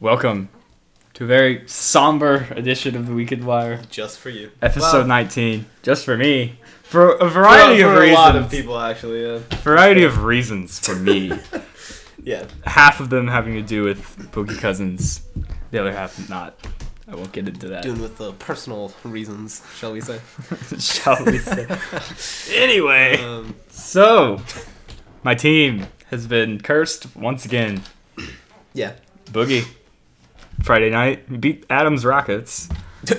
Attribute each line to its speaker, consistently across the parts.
Speaker 1: Welcome to a very somber edition of the Weekend Wire,
Speaker 2: Just for you.
Speaker 1: episode
Speaker 2: Well,
Speaker 1: 19. Just for me, for a
Speaker 2: for-
Speaker 1: variety
Speaker 2: for
Speaker 1: of
Speaker 2: a
Speaker 1: reasons.
Speaker 2: lot of people, actually. Yeah.
Speaker 1: Variety of reasons for me.
Speaker 2: yeah.
Speaker 1: half of them having to do with Boogie Cousins, the other half not. I won't get into that.
Speaker 2: Doing with the personal reasons, shall we say?
Speaker 1: Shall we say? anyway,
Speaker 2: Um,
Speaker 1: so my team has been cursed once again.
Speaker 2: yeah.
Speaker 1: Boogie. Friday night beat Adams Rockets,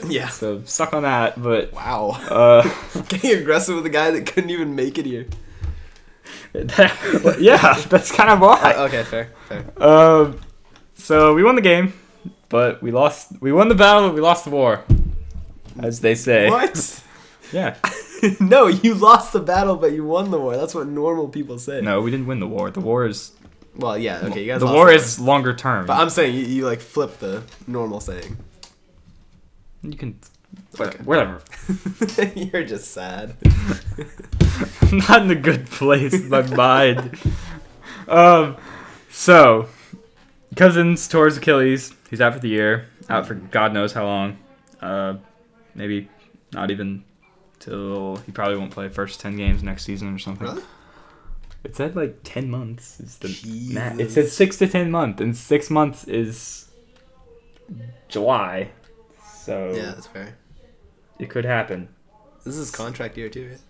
Speaker 2: yeah.
Speaker 1: so suck on that. But
Speaker 2: Wow.
Speaker 1: uh,
Speaker 2: Getting aggressive with a guy that couldn't even make it here.
Speaker 1: that- yeah, that's kind of why.
Speaker 2: Uh, okay, fair, fair.
Speaker 1: Um, so we won the game, but we lost. We won the battle, but we lost the war, as they say.
Speaker 2: What?
Speaker 1: Yeah.
Speaker 2: no, you lost the battle, but you won the war. That's what normal people say.
Speaker 1: No, we didn't win the war. The war is
Speaker 2: Well, yeah. Okay, you guys.
Speaker 1: the
Speaker 2: lost
Speaker 1: war is longer term.
Speaker 2: But I'm saying you, you like flip the normal saying.
Speaker 1: you can
Speaker 2: Okay.
Speaker 1: whatever.
Speaker 2: You're just sad.
Speaker 1: I'm not in a good place in my mind. Um, so Cousins towards Achilles. He's out for the year. Out for God knows how long. Uh, maybe not even till he probably won't play first ten games next season or something.
Speaker 2: Really?
Speaker 1: It said like ten months is the max. It
Speaker 2: Jesus.
Speaker 1: said six to ten month, and six months is July. So
Speaker 2: Yeah, that's fair.
Speaker 1: it could happen.
Speaker 2: This is contract year too, right?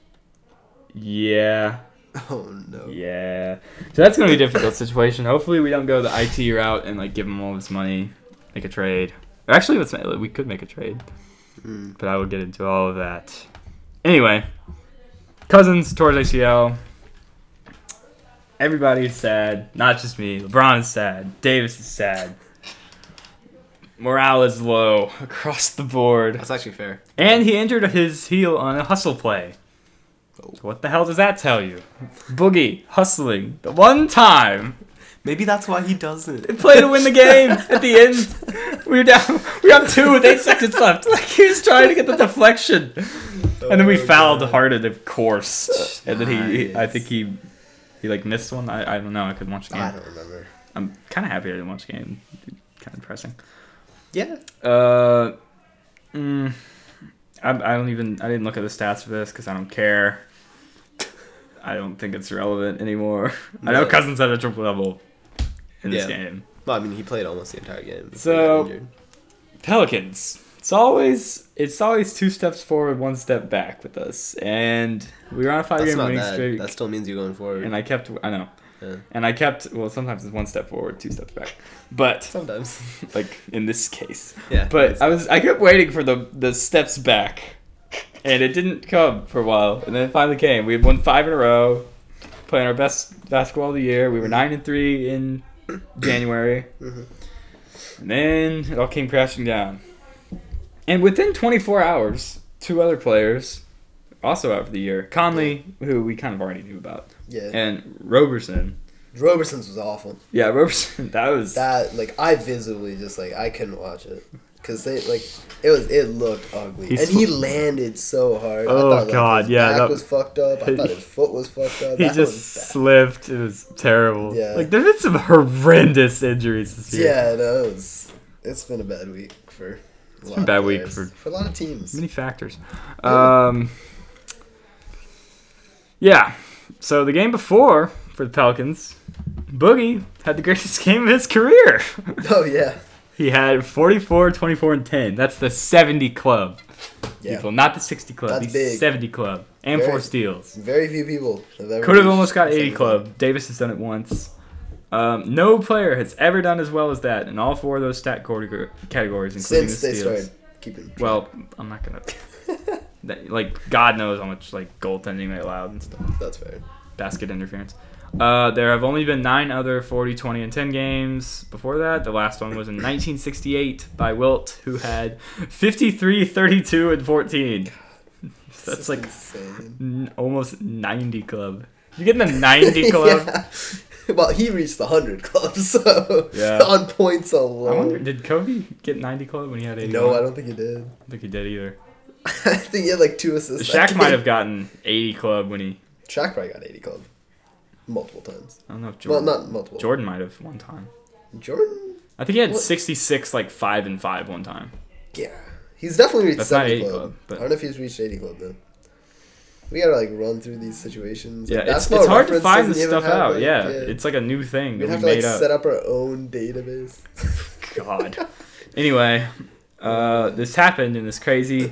Speaker 1: Yeah,
Speaker 2: Oh no.
Speaker 1: yeah. So that's gonna be a difficult situation. Hopefully, we don't go the IT route and like give him all his money, make a trade. Or Actually, let's we could make a trade,
Speaker 2: Mm.
Speaker 1: but I will get into all of that. Anyway, Cousins towards ACL. Everybody's sad, not just me. LeBron is sad. Davis is sad. Morale is low across the board.
Speaker 2: That's actually fair.
Speaker 1: And he injured his heel on a hustle play.
Speaker 2: Oh.
Speaker 1: So what the hell does that tell you? Boogie hustling the one time
Speaker 2: Maybe that's why he doesn't.
Speaker 1: they play to win the game at the end. We were down, we were up two with eight seconds left. Like he was trying to get the deflection, and then we
Speaker 2: Oh,
Speaker 1: fouled
Speaker 2: God.
Speaker 1: Harden, of course. And then he, he- I
Speaker 2: Nice.
Speaker 1: think he, he like missed one. I, I don't know. I couldn't watch the
Speaker 2: I
Speaker 1: game.
Speaker 2: don't remember.
Speaker 1: I'm kind of happy I didn't watch the game. Kind of depressing.
Speaker 2: Yeah.
Speaker 1: Uh, mm, I, I don't even. I didn't look at the stats for this because I don't care. I don't think it's relevant anymore. I know
Speaker 2: Really?
Speaker 1: Cousins had a triple double in this
Speaker 2: Yeah.
Speaker 1: game.
Speaker 2: Well, I mean, he played almost the entire game. before
Speaker 1: So-
Speaker 2: he got injured.
Speaker 1: Pelicans. It's always it's always two steps forward, one step back with us, and we were on a five
Speaker 2: that's
Speaker 1: game
Speaker 2: not
Speaker 1: winning
Speaker 2: bad.
Speaker 1: streak.
Speaker 2: That still means you're going forward.
Speaker 1: And I kept. I know.
Speaker 2: Yeah.
Speaker 1: And I kept. Well, sometimes it's one step forward, two steps back, but
Speaker 2: Sometimes.
Speaker 1: like in this case.
Speaker 2: yeah.
Speaker 1: But I was I kept waiting for the the steps back, and it didn't come for a while, and then it finally came. We had won five in a row, playing our best basketball of the year.
Speaker 2: Mm-hmm.
Speaker 1: We were nine and three in January,
Speaker 2: Mhm.
Speaker 1: and then it all came crashing down. And within 24 hours, two other players, also out for the year, Conley, who we kind of already knew about,
Speaker 2: yeah.
Speaker 1: and Roberson.
Speaker 2: Roberson's was awful.
Speaker 1: Yeah, Roberson. That was
Speaker 2: That like I visibly just like I couldn't watch it because they like it was it looked ugly
Speaker 1: He's-
Speaker 2: and he landed so hard.
Speaker 1: Oh,
Speaker 2: I thought, like,
Speaker 1: God,
Speaker 2: his
Speaker 1: yeah,
Speaker 2: Back
Speaker 1: that-
Speaker 2: was fucked up. I thought his foot was fucked up.
Speaker 1: He
Speaker 2: that
Speaker 1: just
Speaker 2: was bad.
Speaker 1: slipped. It was terrible.
Speaker 2: Yeah.
Speaker 1: Like there's been some horrendous injuries this year.
Speaker 2: Yeah, no, it was. It's been a bad week for. It's
Speaker 1: been a bad week for-
Speaker 2: for a lot of teams.
Speaker 1: Many factors.
Speaker 2: Yeah.
Speaker 1: Um. Yeah. So the game before for the Pelicans, Boogie had the greatest game of his career.
Speaker 2: Oh yeah,
Speaker 1: he had 44, 24, and 10. That's the 70 club,
Speaker 2: yeah.
Speaker 1: people, not the 60 club.
Speaker 2: That's
Speaker 1: the
Speaker 2: big.
Speaker 1: 70 club and
Speaker 2: Very-
Speaker 1: four steals.
Speaker 2: Very few people have ever.
Speaker 1: Could have
Speaker 2: reached
Speaker 1: almost got 80
Speaker 2: seven.
Speaker 1: club. Davis has done it once. Um, no player has ever done as well as that in all four of those stat corti- categories, including
Speaker 2: since
Speaker 1: the
Speaker 2: they
Speaker 1: steals.
Speaker 2: started keeping. track.
Speaker 1: Well, I'm not gonna. that, like, God knows how much like goaltending they allowed and stuff.
Speaker 2: that's fair.
Speaker 1: basket interference. Uh, there have only been nine other 40, 20, and 10 games before that. The last one was in 1968 by Wilt, who had 53, 32, and 14. So that's
Speaker 2: It's
Speaker 1: like
Speaker 2: insane.
Speaker 1: n- almost 90 club. You get in the 90 club.
Speaker 2: Yeah. Well, he reached the hundred club, so
Speaker 1: Yeah.
Speaker 2: on points
Speaker 1: I wonder,
Speaker 2: alone.
Speaker 1: did Kobe get 90 club when he had 80?
Speaker 2: No, I don't think he did.
Speaker 1: don't think he did either.
Speaker 2: I think he had like two assists. that
Speaker 1: Shaq might
Speaker 2: game.
Speaker 1: have gotten 80 club when he.
Speaker 2: Shaq probably got eighty club multiple times.
Speaker 1: I don't know if
Speaker 2: Well,
Speaker 1: Jordan.
Speaker 2: not multiple.
Speaker 1: Jordan might have one time.
Speaker 2: Jordan
Speaker 1: I think he had
Speaker 2: What?
Speaker 1: 66 like five and five one time.
Speaker 2: Yeah, he's definitely reached
Speaker 1: That's not
Speaker 2: 70
Speaker 1: 80
Speaker 2: club.
Speaker 1: club, but-
Speaker 2: I don't know if he's reached 80 club though. We gotta like run through these situations.
Speaker 1: Yeah,
Speaker 2: Like,
Speaker 1: it's,
Speaker 2: basketball
Speaker 1: it's hard to
Speaker 2: reference
Speaker 1: find
Speaker 2: doesn't
Speaker 1: this
Speaker 2: even
Speaker 1: stuff
Speaker 2: have,
Speaker 1: out.
Speaker 2: like,
Speaker 1: yeah, it's like a new thing
Speaker 2: we'd
Speaker 1: that
Speaker 2: have
Speaker 1: we
Speaker 2: to like
Speaker 1: made up.
Speaker 2: set up our own database.
Speaker 1: God. Anyway, uh, this happened in this crazy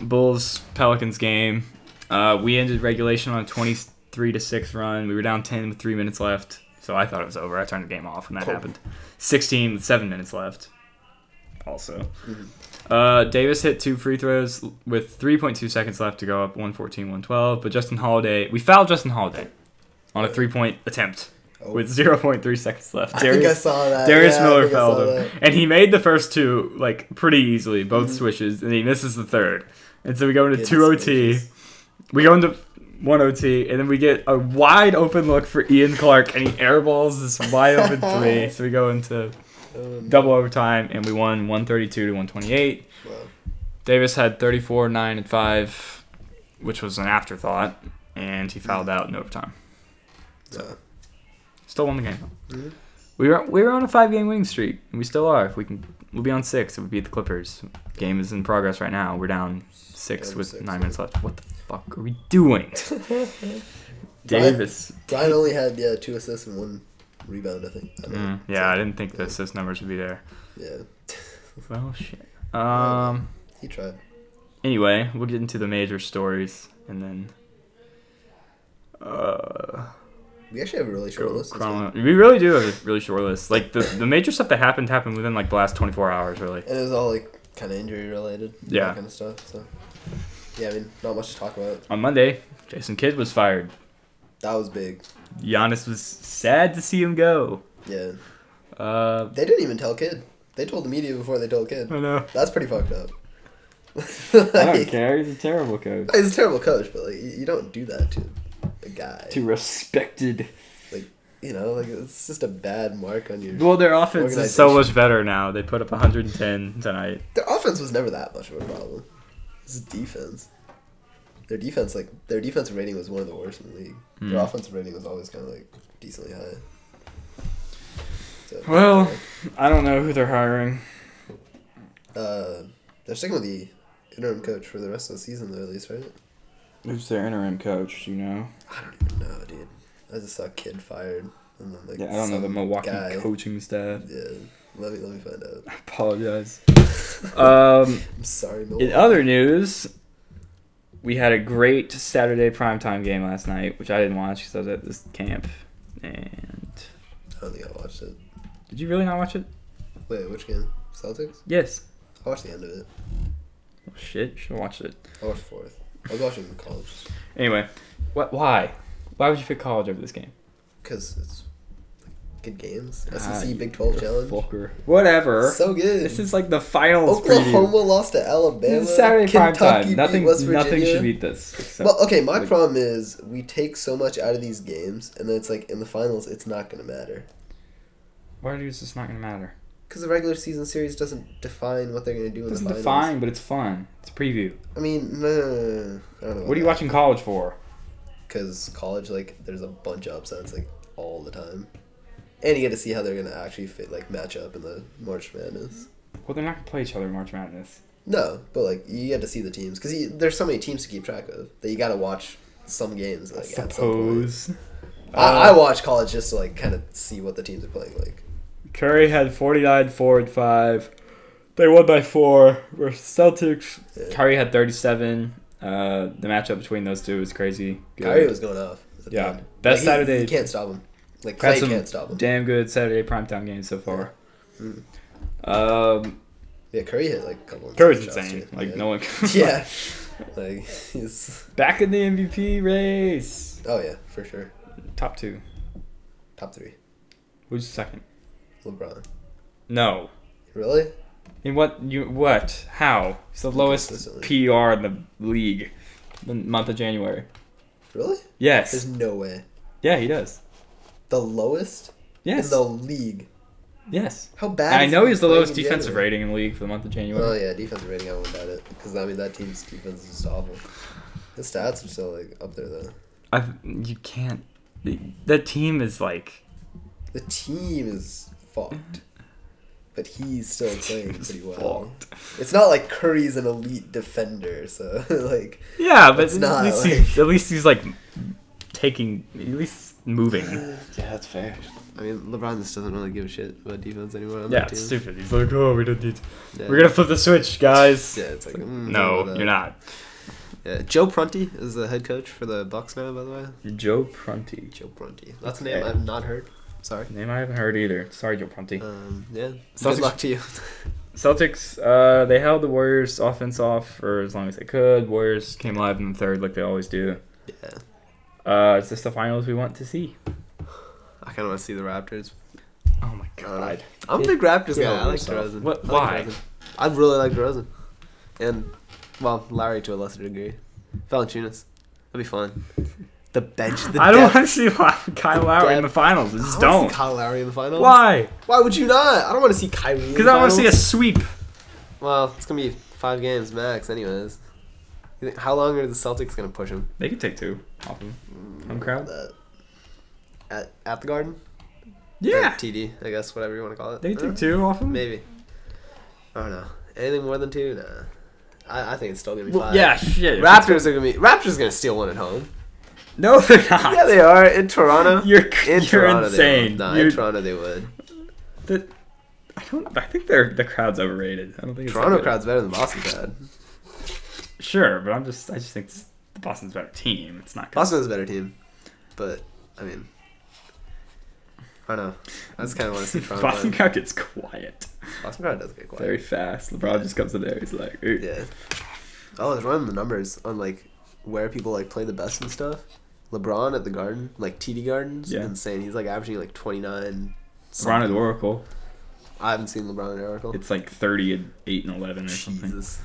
Speaker 1: Bulls Pelicans game. Uh, we ended regulation on a 23 to 6 run. We were down 10 with three minutes left. So I thought it was over. I turned the game off when that
Speaker 2: Cool.
Speaker 1: happened. 16 with seven minutes left. Also,
Speaker 2: Mm-hmm.
Speaker 1: uh, Davis hit two free throws with 3.2 seconds left to go up 114 112. But Justin Holiday, we fouled Justin Holiday on a three point attempt
Speaker 2: Oh.
Speaker 1: with 0.3 seconds left.
Speaker 2: I think I
Speaker 1: Darius-
Speaker 2: saw that.
Speaker 1: Darius
Speaker 2: Uh, yeah, I
Speaker 1: Miller
Speaker 2: think I
Speaker 1: fouled
Speaker 2: saw
Speaker 1: him, and he made the first two like pretty easily, both
Speaker 2: Mm-hmm.
Speaker 1: switches, and he misses the third. And so we go into
Speaker 2: Goodness
Speaker 1: two OT,
Speaker 2: gracious.
Speaker 1: we go into one OT, and then we get a wide open look for Ian Clark, and he airballs this wide open three. So we go into
Speaker 2: that. Um,
Speaker 1: double overtime, and we won one thirty two to one twenty eight.
Speaker 2: wow.
Speaker 1: Davis had 34, 9, and 5, which was an afterthought, and he fouled out in overtime.
Speaker 2: No.
Speaker 1: Still won the game.
Speaker 2: Mhm.
Speaker 1: We were we were on a five game winning streak, and we still are. If we can, we'll be on six if we beat the Clippers. Game is in progress right now. We're down six
Speaker 2: Down
Speaker 1: with
Speaker 2: six,
Speaker 1: nine
Speaker 2: yeah.
Speaker 1: minutes left. What the fuck are we doing? Davis.
Speaker 2: Brian only had yeah two assists and one rebound. I think. I don't know.
Speaker 1: Mm, yeah, I didn't think the assist numbers would be there.
Speaker 2: Yeah,
Speaker 1: Well, shit. Um.
Speaker 2: he tried.
Speaker 1: Anyway, we'll get into the major stories and then. Uh,
Speaker 2: We actually have a really short
Speaker 1: go
Speaker 2: list. this week.
Speaker 1: chrono- we really do have a really short list. Like the, the major stuff that happened happened within like the last twenty four hours, really.
Speaker 2: And it was all like kind of injury related.
Speaker 1: Yeah.
Speaker 2: That kind of stuff. So. Yeah, I mean, not much to talk about.
Speaker 1: On Monday, Jason Kidd was fired.
Speaker 2: That was big.
Speaker 1: Giannis was sad to see him go.
Speaker 2: Yeah.
Speaker 1: Uh,
Speaker 2: They didn't even tell kid. They told the media before they told kid.
Speaker 1: I know.
Speaker 2: That's pretty fucked up.
Speaker 1: Hmm. I don't
Speaker 2: Like,
Speaker 1: care. He's a terrible coach.
Speaker 2: He's a terrible coach, but like you you don't do that to a guy.
Speaker 1: Too respected.
Speaker 2: you know, like it's just a bad mark on your.
Speaker 1: Well, their offense is so
Speaker 2: Organization.
Speaker 1: much better now. They put up 110 tonight.
Speaker 2: Their offense was never that much of a problem. It's defense. Their defense, like their defensive rating, was one of the worst in the league.
Speaker 1: Hmm.
Speaker 2: Their offensive rating was always kind of like decently high. So,
Speaker 1: Well- I don't know who they're hiring.
Speaker 2: uh, they're sticking with the interim coach for the rest of the season, though, at least, right?
Speaker 1: Who's their interim coach? You know?
Speaker 2: I don't even know, dude. I just saw kid fired, and then like
Speaker 1: Yeah, I don't know the
Speaker 2: some
Speaker 1: Milwaukee
Speaker 2: guy-
Speaker 1: coaching staff.
Speaker 2: Yeah, let me let me find out.
Speaker 1: I apologize. um,
Speaker 2: I'm sorry,
Speaker 1: in
Speaker 2: Milwaukee.
Speaker 1: other news, we had a great Saturday primetime game last night, which I didn't watch because I was at this camp. And
Speaker 2: I don't think I watched it.
Speaker 1: did you really not watch it?
Speaker 2: Wait, which game? Celtics?
Speaker 1: Yes.
Speaker 2: I watched the end of it.
Speaker 1: Oh, shit, should have watched it.
Speaker 2: I watched fourth. I was watching college
Speaker 1: Anyway, what? Why? Why would you pick college over this game?
Speaker 2: because it's good games.
Speaker 1: Ah,
Speaker 2: SEC
Speaker 1: you-
Speaker 2: Big Twelve
Speaker 1: you're a
Speaker 2: challenge.
Speaker 1: fucker. Whatever.
Speaker 2: So good.
Speaker 1: this is like the finals
Speaker 2: Oklahoma
Speaker 1: preview.
Speaker 2: lost to Alabama.
Speaker 1: This is Saturday prime
Speaker 2: Kentucky
Speaker 1: time.
Speaker 2: beat
Speaker 1: Nothing,
Speaker 2: West
Speaker 1: nothing
Speaker 2: Virginia.
Speaker 1: should beat this. except-
Speaker 2: Well, okay. My
Speaker 1: like-
Speaker 2: problem is we take so much out of these games, and then it's like in the finals, it's not gonna matter
Speaker 1: Why is this not gonna matter?
Speaker 2: because the regular season series doesn't define what they're gonna do in
Speaker 1: It doesn't
Speaker 2: the finals.
Speaker 1: define, but it's fun. It's a preview.
Speaker 2: I mean, no, no, no, no, no. I don't know.
Speaker 1: What are you watching college for?
Speaker 2: Because college, like, there's a bunch of upsets like all the time, and you get to see how they're gonna actually fit like match up in the March Madness.
Speaker 1: Well, they're not gonna play each other in March Madness.
Speaker 2: No, but like you get to see the teams because there's so many teams to keep track of that you got to watch some games like at some point.
Speaker 1: Suppose.
Speaker 2: I, I
Speaker 1: Uh,
Speaker 2: watch college just to like kind of see what the teams are playing like.
Speaker 1: Curry had 49, 4, and 5. They won by 4 versus Celtics.
Speaker 2: Yeah.
Speaker 1: Curry had 37. Uh, the matchup between those two was crazy. Good.
Speaker 2: Kyrie was going off. at the
Speaker 1: Yeah.
Speaker 2: end.
Speaker 1: Best
Speaker 2: he-
Speaker 1: Saturday-
Speaker 2: You can't stop him. Like
Speaker 1: Had
Speaker 2: Clay
Speaker 1: some
Speaker 2: can't stop him.
Speaker 1: Damn good Saturday primetime games so far.
Speaker 2: Mm.
Speaker 1: Um,
Speaker 2: yeah, Curry hit like a couple.
Speaker 1: Curry's
Speaker 2: insane shots,
Speaker 1: insane.
Speaker 2: too.
Speaker 1: Like
Speaker 2: yeah.
Speaker 1: no one.
Speaker 2: yeah, like he's
Speaker 1: Back in the MVP race.
Speaker 2: oh yeah for sure
Speaker 1: Top two.
Speaker 2: top three
Speaker 1: Who's second?
Speaker 2: LeBron.
Speaker 1: No.
Speaker 2: Really?
Speaker 1: In what you what? How? It's the lowest
Speaker 2: Inconsistently.
Speaker 1: PR in the league. The month of January.
Speaker 2: Really? There's
Speaker 1: Yes.
Speaker 2: no way.
Speaker 1: Yeah, he does.
Speaker 2: The lowest in
Speaker 1: Yes.
Speaker 2: the league.
Speaker 1: Yes.
Speaker 2: How bad?
Speaker 1: And I
Speaker 2: is
Speaker 1: know
Speaker 2: he
Speaker 1: he's the
Speaker 2: playing
Speaker 1: lowest
Speaker 2: in
Speaker 1: defensive
Speaker 2: January?
Speaker 1: rating in the league for the month of
Speaker 2: Oh
Speaker 1: January.
Speaker 2: yeah, defensive rating. I won't doubt it because I mean that team's defense is just awful. His stats are still like up there though.
Speaker 1: I you can't. That team is like Mm-hmm.
Speaker 2: The team is fucked. but he's still playing pretty well.
Speaker 1: fucked.
Speaker 2: It's not like Curry's an elite defender, so like
Speaker 1: Yeah, but
Speaker 2: It's
Speaker 1: at,
Speaker 2: not,
Speaker 1: least
Speaker 2: like-
Speaker 1: he's, at least he's like taking, at least moving.
Speaker 2: that's fair. I mean, LeBron just doesn't really give a shit about defense anymore. On
Speaker 1: Yeah,
Speaker 2: that
Speaker 1: it's
Speaker 2: team.
Speaker 1: stupid. He's like, oh, we don't need.
Speaker 2: Yeah.
Speaker 1: We're gonna flip the switch, guys.
Speaker 2: Yeah, it's like mm,
Speaker 1: No,
Speaker 2: don't know
Speaker 1: you're
Speaker 2: that.
Speaker 1: not.
Speaker 2: Yeah. Joe Prunty is the head coach for the Bucks now, by the way.
Speaker 1: Joe Prunty.
Speaker 2: Joe Prunty. That's a name
Speaker 1: Okay.
Speaker 2: I've not heard. Sorry.
Speaker 1: Name I haven't heard either. Sorry, Joe Prunty.
Speaker 2: Um, yeah.
Speaker 1: Celtics-
Speaker 2: Good luck to you.
Speaker 1: Celtics, uh, they held the Warriors' offense off for as long as they could. Warriors came alive in the third, like they always do.
Speaker 2: yeah.
Speaker 1: Uh, it's just the finals we want to see.
Speaker 2: I kind of want to see the Raptors.
Speaker 1: Oh my
Speaker 2: I don't know.
Speaker 1: god.
Speaker 2: I'm a big Raptors
Speaker 1: Get
Speaker 2: guy.
Speaker 1: over
Speaker 2: I like
Speaker 1: yourself.
Speaker 2: DeRozan.
Speaker 1: What-
Speaker 2: I like
Speaker 1: why?
Speaker 2: DeRozan. I really like DeRozan. And, well, Larry to a lesser degree. Valanciunas. That'd be fun. The bench. The
Speaker 1: I don't
Speaker 2: depth.
Speaker 1: want to see Kyle Lowry in the
Speaker 2: depth.
Speaker 1: finals. I
Speaker 2: I
Speaker 1: just
Speaker 2: wanna
Speaker 1: don't.
Speaker 2: see Kyle Lowry in the finals.
Speaker 1: Why?
Speaker 2: Why would you not? I don't want to see Kyrie.
Speaker 1: Because I want to see a
Speaker 2: us.
Speaker 1: sweep.
Speaker 2: Well, it's gonna be five games max, anyways. You think- How long are the Celtics gonna push him?
Speaker 1: They could take two off him. Home crowd.
Speaker 2: That- Uh, At, at the Garden? Or
Speaker 1: Yeah,
Speaker 2: TD, I guess, whatever you want to call it.
Speaker 1: they could
Speaker 2: Uh,
Speaker 1: take two off him.
Speaker 2: Maybe. I don't know. Anything more than two? Nah. I, I think it's still gonna be
Speaker 1: Well,
Speaker 2: five.
Speaker 1: yeah, shit.
Speaker 2: Raptors are gonna be Raptors are gonna steal one at home.
Speaker 1: No, they're not.
Speaker 2: Yeah, they are in Toronto.
Speaker 1: Ah. You're
Speaker 2: in
Speaker 1: you're
Speaker 2: Toronto, They
Speaker 1: insane.
Speaker 2: would. Nah,
Speaker 1: You're-
Speaker 2: in Toronto they would.
Speaker 1: the- I don't. I think they're the crowd's overrated. I don't think it's that
Speaker 2: Toronto
Speaker 1: good.
Speaker 2: crowd's better than Boston crowd.
Speaker 1: Sure, but I'm just. I just think it's, Boston's a better team. It's not. Good.
Speaker 2: Boston's a better team, but I mean, I don't know. I just kind of want to see Toronto.
Speaker 1: Boston
Speaker 2: play.
Speaker 1: crowd gets quiet
Speaker 2: Boston crowd does get quiet.
Speaker 1: very fast. LeBron just comes in there. He's like, Ooh.
Speaker 2: Yeah. I was running the numbers on like where people like play the best and stuff. LeBron at the Garden, like TD Gardens,
Speaker 1: Yeah.
Speaker 2: insane. He's like averaging like twenty nine.
Speaker 1: LeBron at the Oracle.
Speaker 2: I haven't seen LeBron at Oracle.
Speaker 1: It's like thirty and eight and eleven or something.
Speaker 2: Jesus.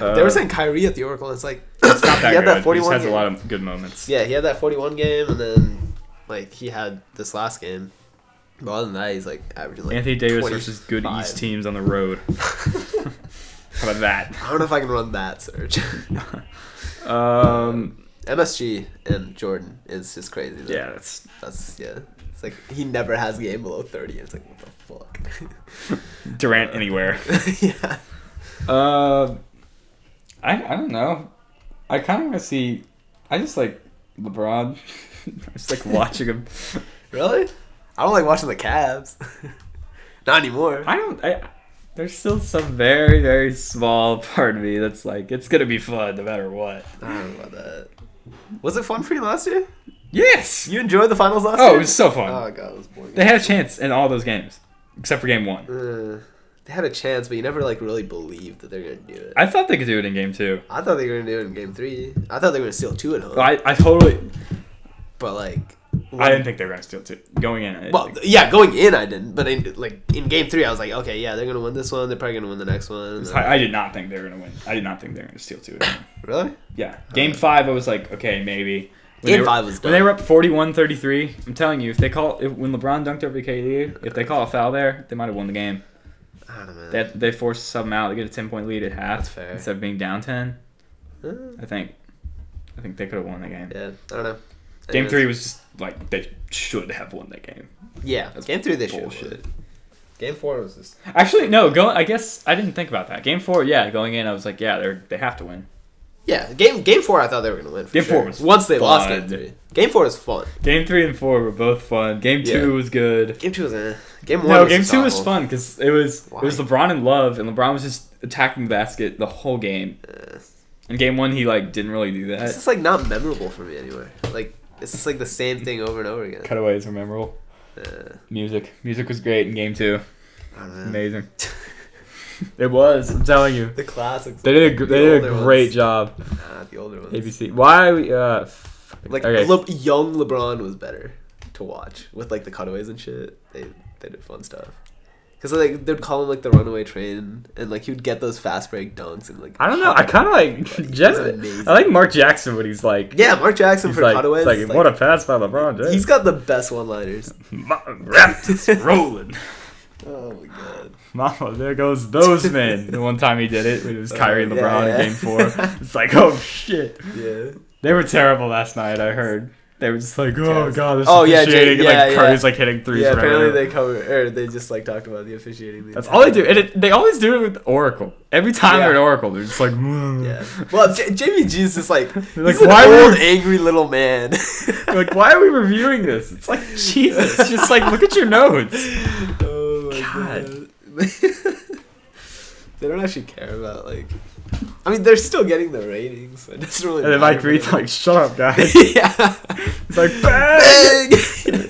Speaker 1: Uh,
Speaker 2: they were saying Kyrie at the Oracle. It's like
Speaker 1: it's not that
Speaker 2: he had
Speaker 1: good.
Speaker 2: that forty
Speaker 1: he
Speaker 2: one.
Speaker 1: just has a lot of good moments.
Speaker 2: Yeah, he had that forty one game, and then like he had this last game. But other than that, he's like averaging like
Speaker 1: Anthony Davis
Speaker 2: 25.
Speaker 1: versus good East teams on the road. How about that?
Speaker 2: I don't know if I can run that surge.
Speaker 1: Um,
Speaker 2: MSG and Jordan is just crazy. though.
Speaker 1: yeah, that's
Speaker 2: That's yeah. It's like he never has a game below thirty. It's like what the
Speaker 1: Durant anywhere.
Speaker 2: fuck. yeah.
Speaker 1: Uh, I I don't know. I kind of want to see. I just like LeBron. I just like watching him.
Speaker 2: Really? I don't like watching the Cavs. Not anymore.
Speaker 1: I don't. I there's still some very very small part of me that's like it's gonna be fun no matter what.
Speaker 2: I don't know about that. Was it fun for you last year?
Speaker 1: Yes.
Speaker 2: You enjoyed the finals last year?
Speaker 1: Oh, it was so fun.
Speaker 2: Oh god, it was boring.
Speaker 1: they had a chance in all those games except for game one.
Speaker 2: Uh, they had a chance, but you never like really believed that they're gonna do it. I,
Speaker 1: I thought they could do it in game two.
Speaker 2: thought they were gonna do it in game three. I thought they were gonna steal two at home.
Speaker 1: I, I totally
Speaker 2: but like
Speaker 1: I didn't think they were gonna steal two going in. I
Speaker 2: Well,
Speaker 1: think-
Speaker 2: yeah, going in I didn't, but in, like in game three I was like, okay, yeah, they're gonna win this one. They're probably gonna win the next one. and then-
Speaker 1: I, I did not think they were gonna win. I did not think they were gonna steal two.
Speaker 2: Really?
Speaker 1: Yeah. Game five, I was like, okay, maybe. When
Speaker 2: Uh, Game
Speaker 1: they were-
Speaker 2: five was
Speaker 1: When they
Speaker 2: done.
Speaker 1: were up 41-33, I'm telling you, if they call if, when LeBron dunked over KD, if they call a foul there, they might have won the game.
Speaker 2: I don't know.
Speaker 1: They had, they forced some out. They get a ten point lead at half
Speaker 2: That's fair.
Speaker 1: instead of being down ten.
Speaker 2: Uh,
Speaker 1: I think, I think they could have won that game.
Speaker 2: yeah, I don't know.
Speaker 1: Game
Speaker 2: Anyways.
Speaker 1: three was just like they should have won that game.
Speaker 2: Yeah, game three they should. have
Speaker 1: bullshit.
Speaker 2: won. Game four was just.
Speaker 1: Actually, no. Go. I guess I didn't think about that. Game four, yeah. Going in, I was like, yeah, they they have to win.
Speaker 2: Yeah, game game four I thought they were gonna win. For
Speaker 1: Game
Speaker 2: sure.
Speaker 1: four was
Speaker 2: once they lost
Speaker 1: fun.
Speaker 2: game three. Game four was fun.
Speaker 1: Game three and four were both fun. Game two
Speaker 2: Yeah.
Speaker 1: was good.
Speaker 2: Game two was eh. Game one.
Speaker 1: No,
Speaker 2: was
Speaker 1: game
Speaker 2: just
Speaker 1: two was
Speaker 2: awful.
Speaker 1: fun because it was it was
Speaker 2: Why?
Speaker 1: LeBron and Love, and LeBron was just attacking the basket the whole game.
Speaker 2: Eh.
Speaker 1: In game one, he like didn't really do
Speaker 2: It's
Speaker 1: that.
Speaker 2: just like not memorable for me anywhere. Like it's just like the same thing over and over again.
Speaker 1: Cutaways were memorable.
Speaker 2: Eh,
Speaker 1: Music, music was great in game two.
Speaker 2: I don't know.
Speaker 1: Amazing. It was. I'm telling you,
Speaker 2: the classics.
Speaker 1: they did a gr-
Speaker 2: The
Speaker 1: they did a
Speaker 2: older
Speaker 1: great
Speaker 2: ones.
Speaker 1: job.
Speaker 2: Nah, the older ones.
Speaker 1: ABC. Why? We, uh, f-
Speaker 2: Like
Speaker 1: okay.
Speaker 2: Le- young LeBron was better to watch with like the cutaways and shit. They they did fun stuff. Cause like they'd call him like the runaway train, and like he would get those fast break dunks and like
Speaker 1: I don't know. I kind of like Jeff.
Speaker 2: amazing.
Speaker 1: I like Mark Jackson when he's like.
Speaker 2: yeah Mark Jackson
Speaker 1: He's
Speaker 2: for
Speaker 1: like,
Speaker 2: cutaways.
Speaker 1: it's like,
Speaker 2: is,
Speaker 1: what a pass by LeBron James.
Speaker 2: He's got the best one liners.
Speaker 1: Ma- Raptors rolling.
Speaker 2: Oh my god.
Speaker 1: Mama, there goes those men. The one time he did it, it was Kyrie and
Speaker 2: Uh, yeah,
Speaker 1: LeBron
Speaker 2: yeah.
Speaker 1: in game four. It's like, oh shit.
Speaker 2: Yeah.
Speaker 1: They were terrible last night, I heard. They were just like, oh
Speaker 2: Yes.
Speaker 1: god, this
Speaker 2: Oh,
Speaker 1: oh,
Speaker 2: yeah,
Speaker 1: yeah, officiating.
Speaker 2: Jake-
Speaker 1: and,
Speaker 2: yeah,
Speaker 1: like
Speaker 2: yeah.
Speaker 1: Curry's like hitting threes.
Speaker 2: yeah,
Speaker 1: Yeah,
Speaker 2: apparently they cover or they just like talked about the officiating. the
Speaker 1: That's
Speaker 2: entire
Speaker 1: all they do,
Speaker 2: time.
Speaker 1: and it, they always do it with Oracle. Every time they're at
Speaker 2: Yeah.
Speaker 1: Oracle, they're just like,
Speaker 2: Yeah. Well, J- Jimmy G's just like
Speaker 1: They're Mm. like,
Speaker 2: he's an
Speaker 1: "Why were-
Speaker 2: old angry little man.
Speaker 1: like why are we reviewing this? It's like Jesus, just like look at your notes.
Speaker 2: Oh my
Speaker 1: God.
Speaker 2: god. they don't actually care about like. I mean, they're still getting the ratings. So it doesn't really.
Speaker 1: And then
Speaker 2: matter
Speaker 1: Mike
Speaker 2: for
Speaker 1: Reed's
Speaker 2: them.
Speaker 1: like, shut up, guys.
Speaker 2: yeah.
Speaker 1: It's like bang.
Speaker 2: Bang!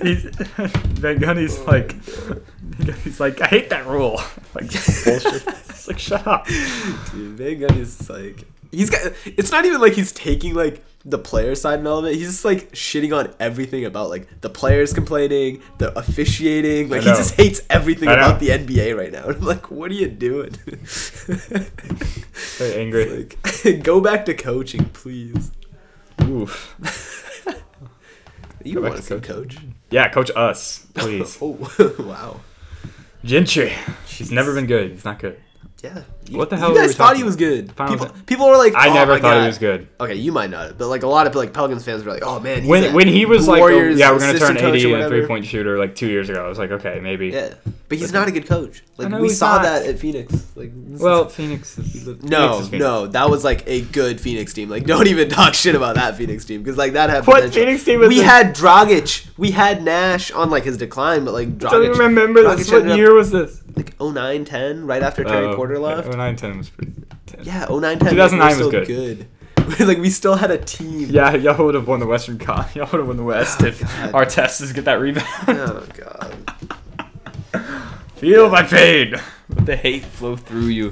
Speaker 1: He's, Van Gundy's
Speaker 2: Oh my
Speaker 1: like, he's like, I hate that rule. Like bullshit. It's like shut up.
Speaker 2: Dude, Van Gundy's just like he's got. It's not even like he's taking like the player side and all of it. He's just like shitting on everything about like the players complaining, the officiating. Like he
Speaker 1: know.
Speaker 2: just hates everything
Speaker 1: I know.
Speaker 2: about the NBA right now. And I'm like, what are you doing?
Speaker 1: Very angry.
Speaker 2: It's like, go back to coaching, please.
Speaker 1: Oof.
Speaker 2: You
Speaker 1: Go back
Speaker 2: want
Speaker 1: to
Speaker 2: to coach?
Speaker 1: Yeah, coach us, please.
Speaker 2: oh wow.
Speaker 1: Gentry. He's never been good. He's not good.
Speaker 2: Yeah.
Speaker 1: What the hell
Speaker 2: You
Speaker 1: were
Speaker 2: guys
Speaker 1: we
Speaker 2: thought
Speaker 1: talking
Speaker 2: he was good.
Speaker 1: Final
Speaker 2: People,
Speaker 1: Fan-
Speaker 2: people were like,
Speaker 1: I
Speaker 2: oh
Speaker 1: never
Speaker 2: my
Speaker 1: thought he
Speaker 2: God.
Speaker 1: was good.
Speaker 2: Okay, you might not, but like a lot of like Pelicans fans were like, "Oh man, he's
Speaker 1: When
Speaker 2: that
Speaker 1: when he was like, oh,
Speaker 2: Warriors
Speaker 1: yeah, we're gonna turn
Speaker 2: assistant coach
Speaker 1: AD
Speaker 2: or
Speaker 1: a
Speaker 2: whatever."
Speaker 1: three point shooter like two years ago. I was like, okay, maybe.
Speaker 2: Yeah, but he's
Speaker 1: Like-
Speaker 2: not a good coach. Like
Speaker 1: know
Speaker 2: we
Speaker 1: he's
Speaker 2: saw
Speaker 1: not.
Speaker 2: that at Phoenix. Like this
Speaker 1: Well,
Speaker 2: is-
Speaker 1: Phoenix is
Speaker 2: no,
Speaker 1: Phoenix is Phoenix.
Speaker 2: no, that was like a good Phoenix team. Like don't even talk shit about that Phoenix team because like that had
Speaker 1: What
Speaker 2: potential.
Speaker 1: Phoenix team was
Speaker 2: We
Speaker 1: it?
Speaker 2: had Dragic, we had Nash on like his decline, but like
Speaker 1: I don't
Speaker 2: Dragic.
Speaker 1: even remember this.
Speaker 2: Dragic
Speaker 1: What
Speaker 2: ended up,
Speaker 1: year was this?
Speaker 2: Like 09 10, right
Speaker 1: uh,
Speaker 2: after Terry Porter left.
Speaker 1: Oh, 09 10 was pretty. 10.
Speaker 2: Yeah, 09 10.
Speaker 1: 2009
Speaker 2: like, we were
Speaker 1: was
Speaker 2: still good. like we still had a team.
Speaker 1: Yeah, y'all would have won the Western Con. Y'all would have won the West
Speaker 2: Oh,
Speaker 1: if
Speaker 2: God.
Speaker 1: our testers get that rebound.
Speaker 2: Oh god.
Speaker 1: Feel my pain. Let the hate flow through you.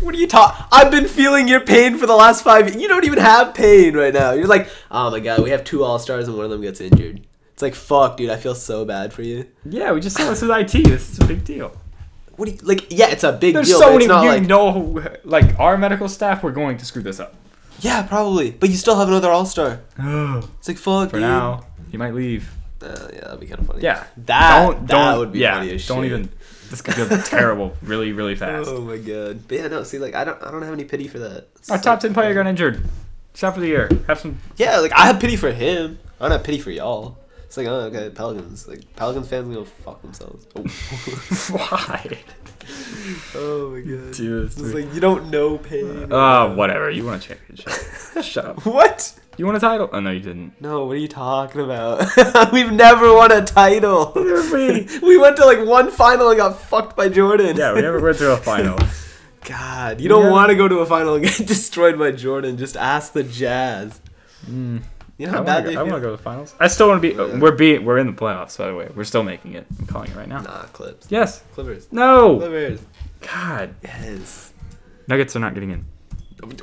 Speaker 2: What are you talking? I've been feeling your pain for the last five. You don't even have pain right now. You're like, oh my god, we have two all stars and one of them gets injured. It's like, fuck, dude, I feel so bad for you.
Speaker 1: Yeah, we just saw this with IT. This is a big deal.
Speaker 2: What do you like? Yeah, it's a big
Speaker 1: There's
Speaker 2: deal.
Speaker 1: so
Speaker 2: but
Speaker 1: many.
Speaker 2: it's not
Speaker 1: You
Speaker 2: like,
Speaker 1: know, like our medical staff, we're going to screw this up.
Speaker 2: yeah, probably, but you still have another all star. It's like, fuck,
Speaker 1: For
Speaker 2: dude.
Speaker 1: now, he might leave.
Speaker 2: Uh, yeah, that'd be kind of funny.
Speaker 1: Yeah.
Speaker 2: that that would be
Speaker 1: yeah,
Speaker 2: funny as
Speaker 1: Don't
Speaker 2: shit.
Speaker 1: even. This could go terrible, really, really fast.
Speaker 2: Oh my god. But yeah, no. See, like, I don't, I don't have any pity for that.
Speaker 1: Our
Speaker 2: So-
Speaker 1: top ten player got injured. It's out for the year. Have some.
Speaker 2: Yeah, like I have pity for him. I don't have pity for y'all. It's like, oh, okay, Pelicans. Like, Pelicans fans gonna fuck themselves. Oh.
Speaker 1: Why?
Speaker 2: Oh my god.
Speaker 1: Dude,
Speaker 2: it's
Speaker 1: it's weird.
Speaker 2: like you don't know pain.
Speaker 1: Uh, whatever. You won a championship. Shut up.
Speaker 2: What?
Speaker 1: You won a title? Oh no, you didn't.
Speaker 2: No, what are you talking about? We've never won a title.
Speaker 1: me.
Speaker 2: we went to like one final and got fucked by Jordan.
Speaker 1: Yeah, we never went to a final.
Speaker 2: God, you
Speaker 1: Yeah.
Speaker 2: don't want to go to a final and get destroyed by Jordan. Just ask the Jazz.
Speaker 1: Mm,
Speaker 2: You
Speaker 1: I
Speaker 2: know how
Speaker 1: want
Speaker 2: bad
Speaker 1: to
Speaker 2: they
Speaker 1: go, I wanna
Speaker 2: feel.
Speaker 1: go to the finals. I still want to be. uh,
Speaker 2: Yeah.
Speaker 1: We're being. We're in the playoffs, by the way. We're still making it. I'm calling it right now.
Speaker 2: Nah, Clips.
Speaker 1: Yes.
Speaker 2: Clippers.
Speaker 1: No.
Speaker 2: Clippers.
Speaker 1: God.
Speaker 2: Yes.
Speaker 1: Nuggets are not getting in.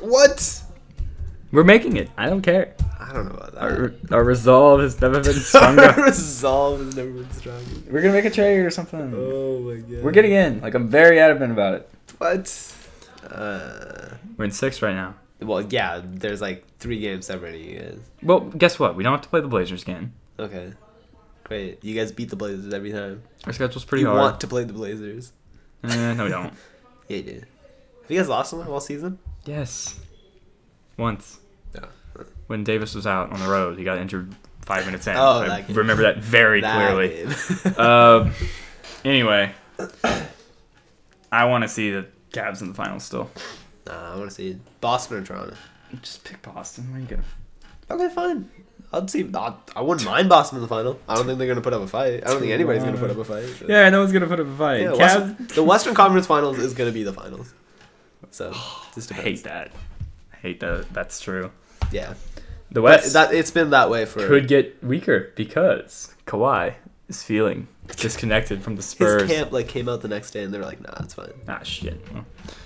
Speaker 2: What?
Speaker 1: We're making it. I don't care.
Speaker 2: I don't know about that.
Speaker 1: Our, our resolve has never been
Speaker 2: Our
Speaker 1: stronger.
Speaker 2: resolve has never been stronger.
Speaker 1: we're gonna make a trade or something.
Speaker 2: Oh my god.
Speaker 1: We're getting in. Like I'm very adamant about it.
Speaker 2: what? Uh.
Speaker 1: We're in sixth right now.
Speaker 2: Well, yeah, there's like three games separating you guys.
Speaker 1: Well, guess what? We don't have to play the Blazers again.
Speaker 2: Okay. Great. You guys beat the Blazers every time.
Speaker 1: Our schedule's pretty
Speaker 2: you
Speaker 1: hard.
Speaker 2: want to play the Blazers.
Speaker 1: Eh, no, we don't.
Speaker 2: Yeah, you do. Have you guys lost them all season?
Speaker 1: Yes. Once.
Speaker 2: Yeah.
Speaker 1: When Davis was out on the road, he got injured five minutes in.
Speaker 2: Oh,
Speaker 1: I
Speaker 2: that game.
Speaker 1: remember that very
Speaker 2: That
Speaker 1: clearly.
Speaker 2: game.
Speaker 1: Um. anyway, I want to see the Cavs in the finals still.
Speaker 2: nah, I want to see Boston or Toronto.
Speaker 1: Just pick Boston. Where you go?
Speaker 2: Okay, fine. I'd see. I, I wouldn't mind Boston in the final. I don't think they're gonna put up a fight. I don't think anybody's gonna put up a fight. but-
Speaker 1: Yeah, no one's gonna put up a fight.
Speaker 2: Yeah,
Speaker 1: Cavs.
Speaker 2: Western, the Western Conference Finals is gonna be the finals. So just
Speaker 1: I
Speaker 2: depends.
Speaker 1: hate that. I hate that. That's true.
Speaker 2: Yeah.
Speaker 1: The
Speaker 2: But
Speaker 1: West
Speaker 2: that it's been that way for
Speaker 1: could get weaker because Kawhi is feeling disconnected from the
Speaker 2: his
Speaker 1: Spurs.
Speaker 2: camp. Like came out the next day and they were like, nah, it's fine.
Speaker 1: Ah, shit. Well,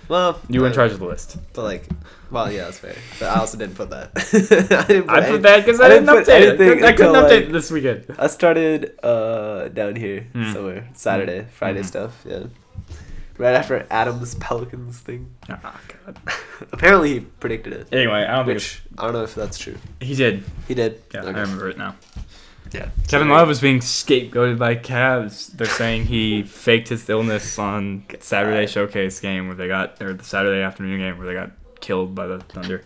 Speaker 2: Well,
Speaker 1: You were in
Speaker 2: uh,
Speaker 1: charge of the list.
Speaker 2: But like, well, yeah, that's fair. But I also didn't put that. I didn't
Speaker 1: I
Speaker 2: any-
Speaker 1: put that because I, didn't
Speaker 2: put
Speaker 1: update. it. I
Speaker 2: anything
Speaker 1: couldn't- I couldn't
Speaker 2: until,
Speaker 1: update
Speaker 2: like,
Speaker 1: this weekend.
Speaker 2: I started uh, down here
Speaker 1: Mm.
Speaker 2: somewhere Saturday, Friday
Speaker 1: Mhm.
Speaker 2: stuff. Yeah, right after Adams Pelicans thing.
Speaker 1: Ah, God.
Speaker 2: Apparently, he predicted it,
Speaker 1: Anyway, I don't think
Speaker 2: which I don't know if that's true.
Speaker 1: it's- he did.
Speaker 2: He did.
Speaker 1: Yeah,
Speaker 2: Okay.
Speaker 1: I remember it now.
Speaker 2: Yeah.
Speaker 1: Kevin
Speaker 2: Sorry.
Speaker 1: Love is being scapegoated by Cavs. They're saying he faked his illness on Saturday showcase game where they got, or the Saturday afternoon game where they got killed by the Thunder.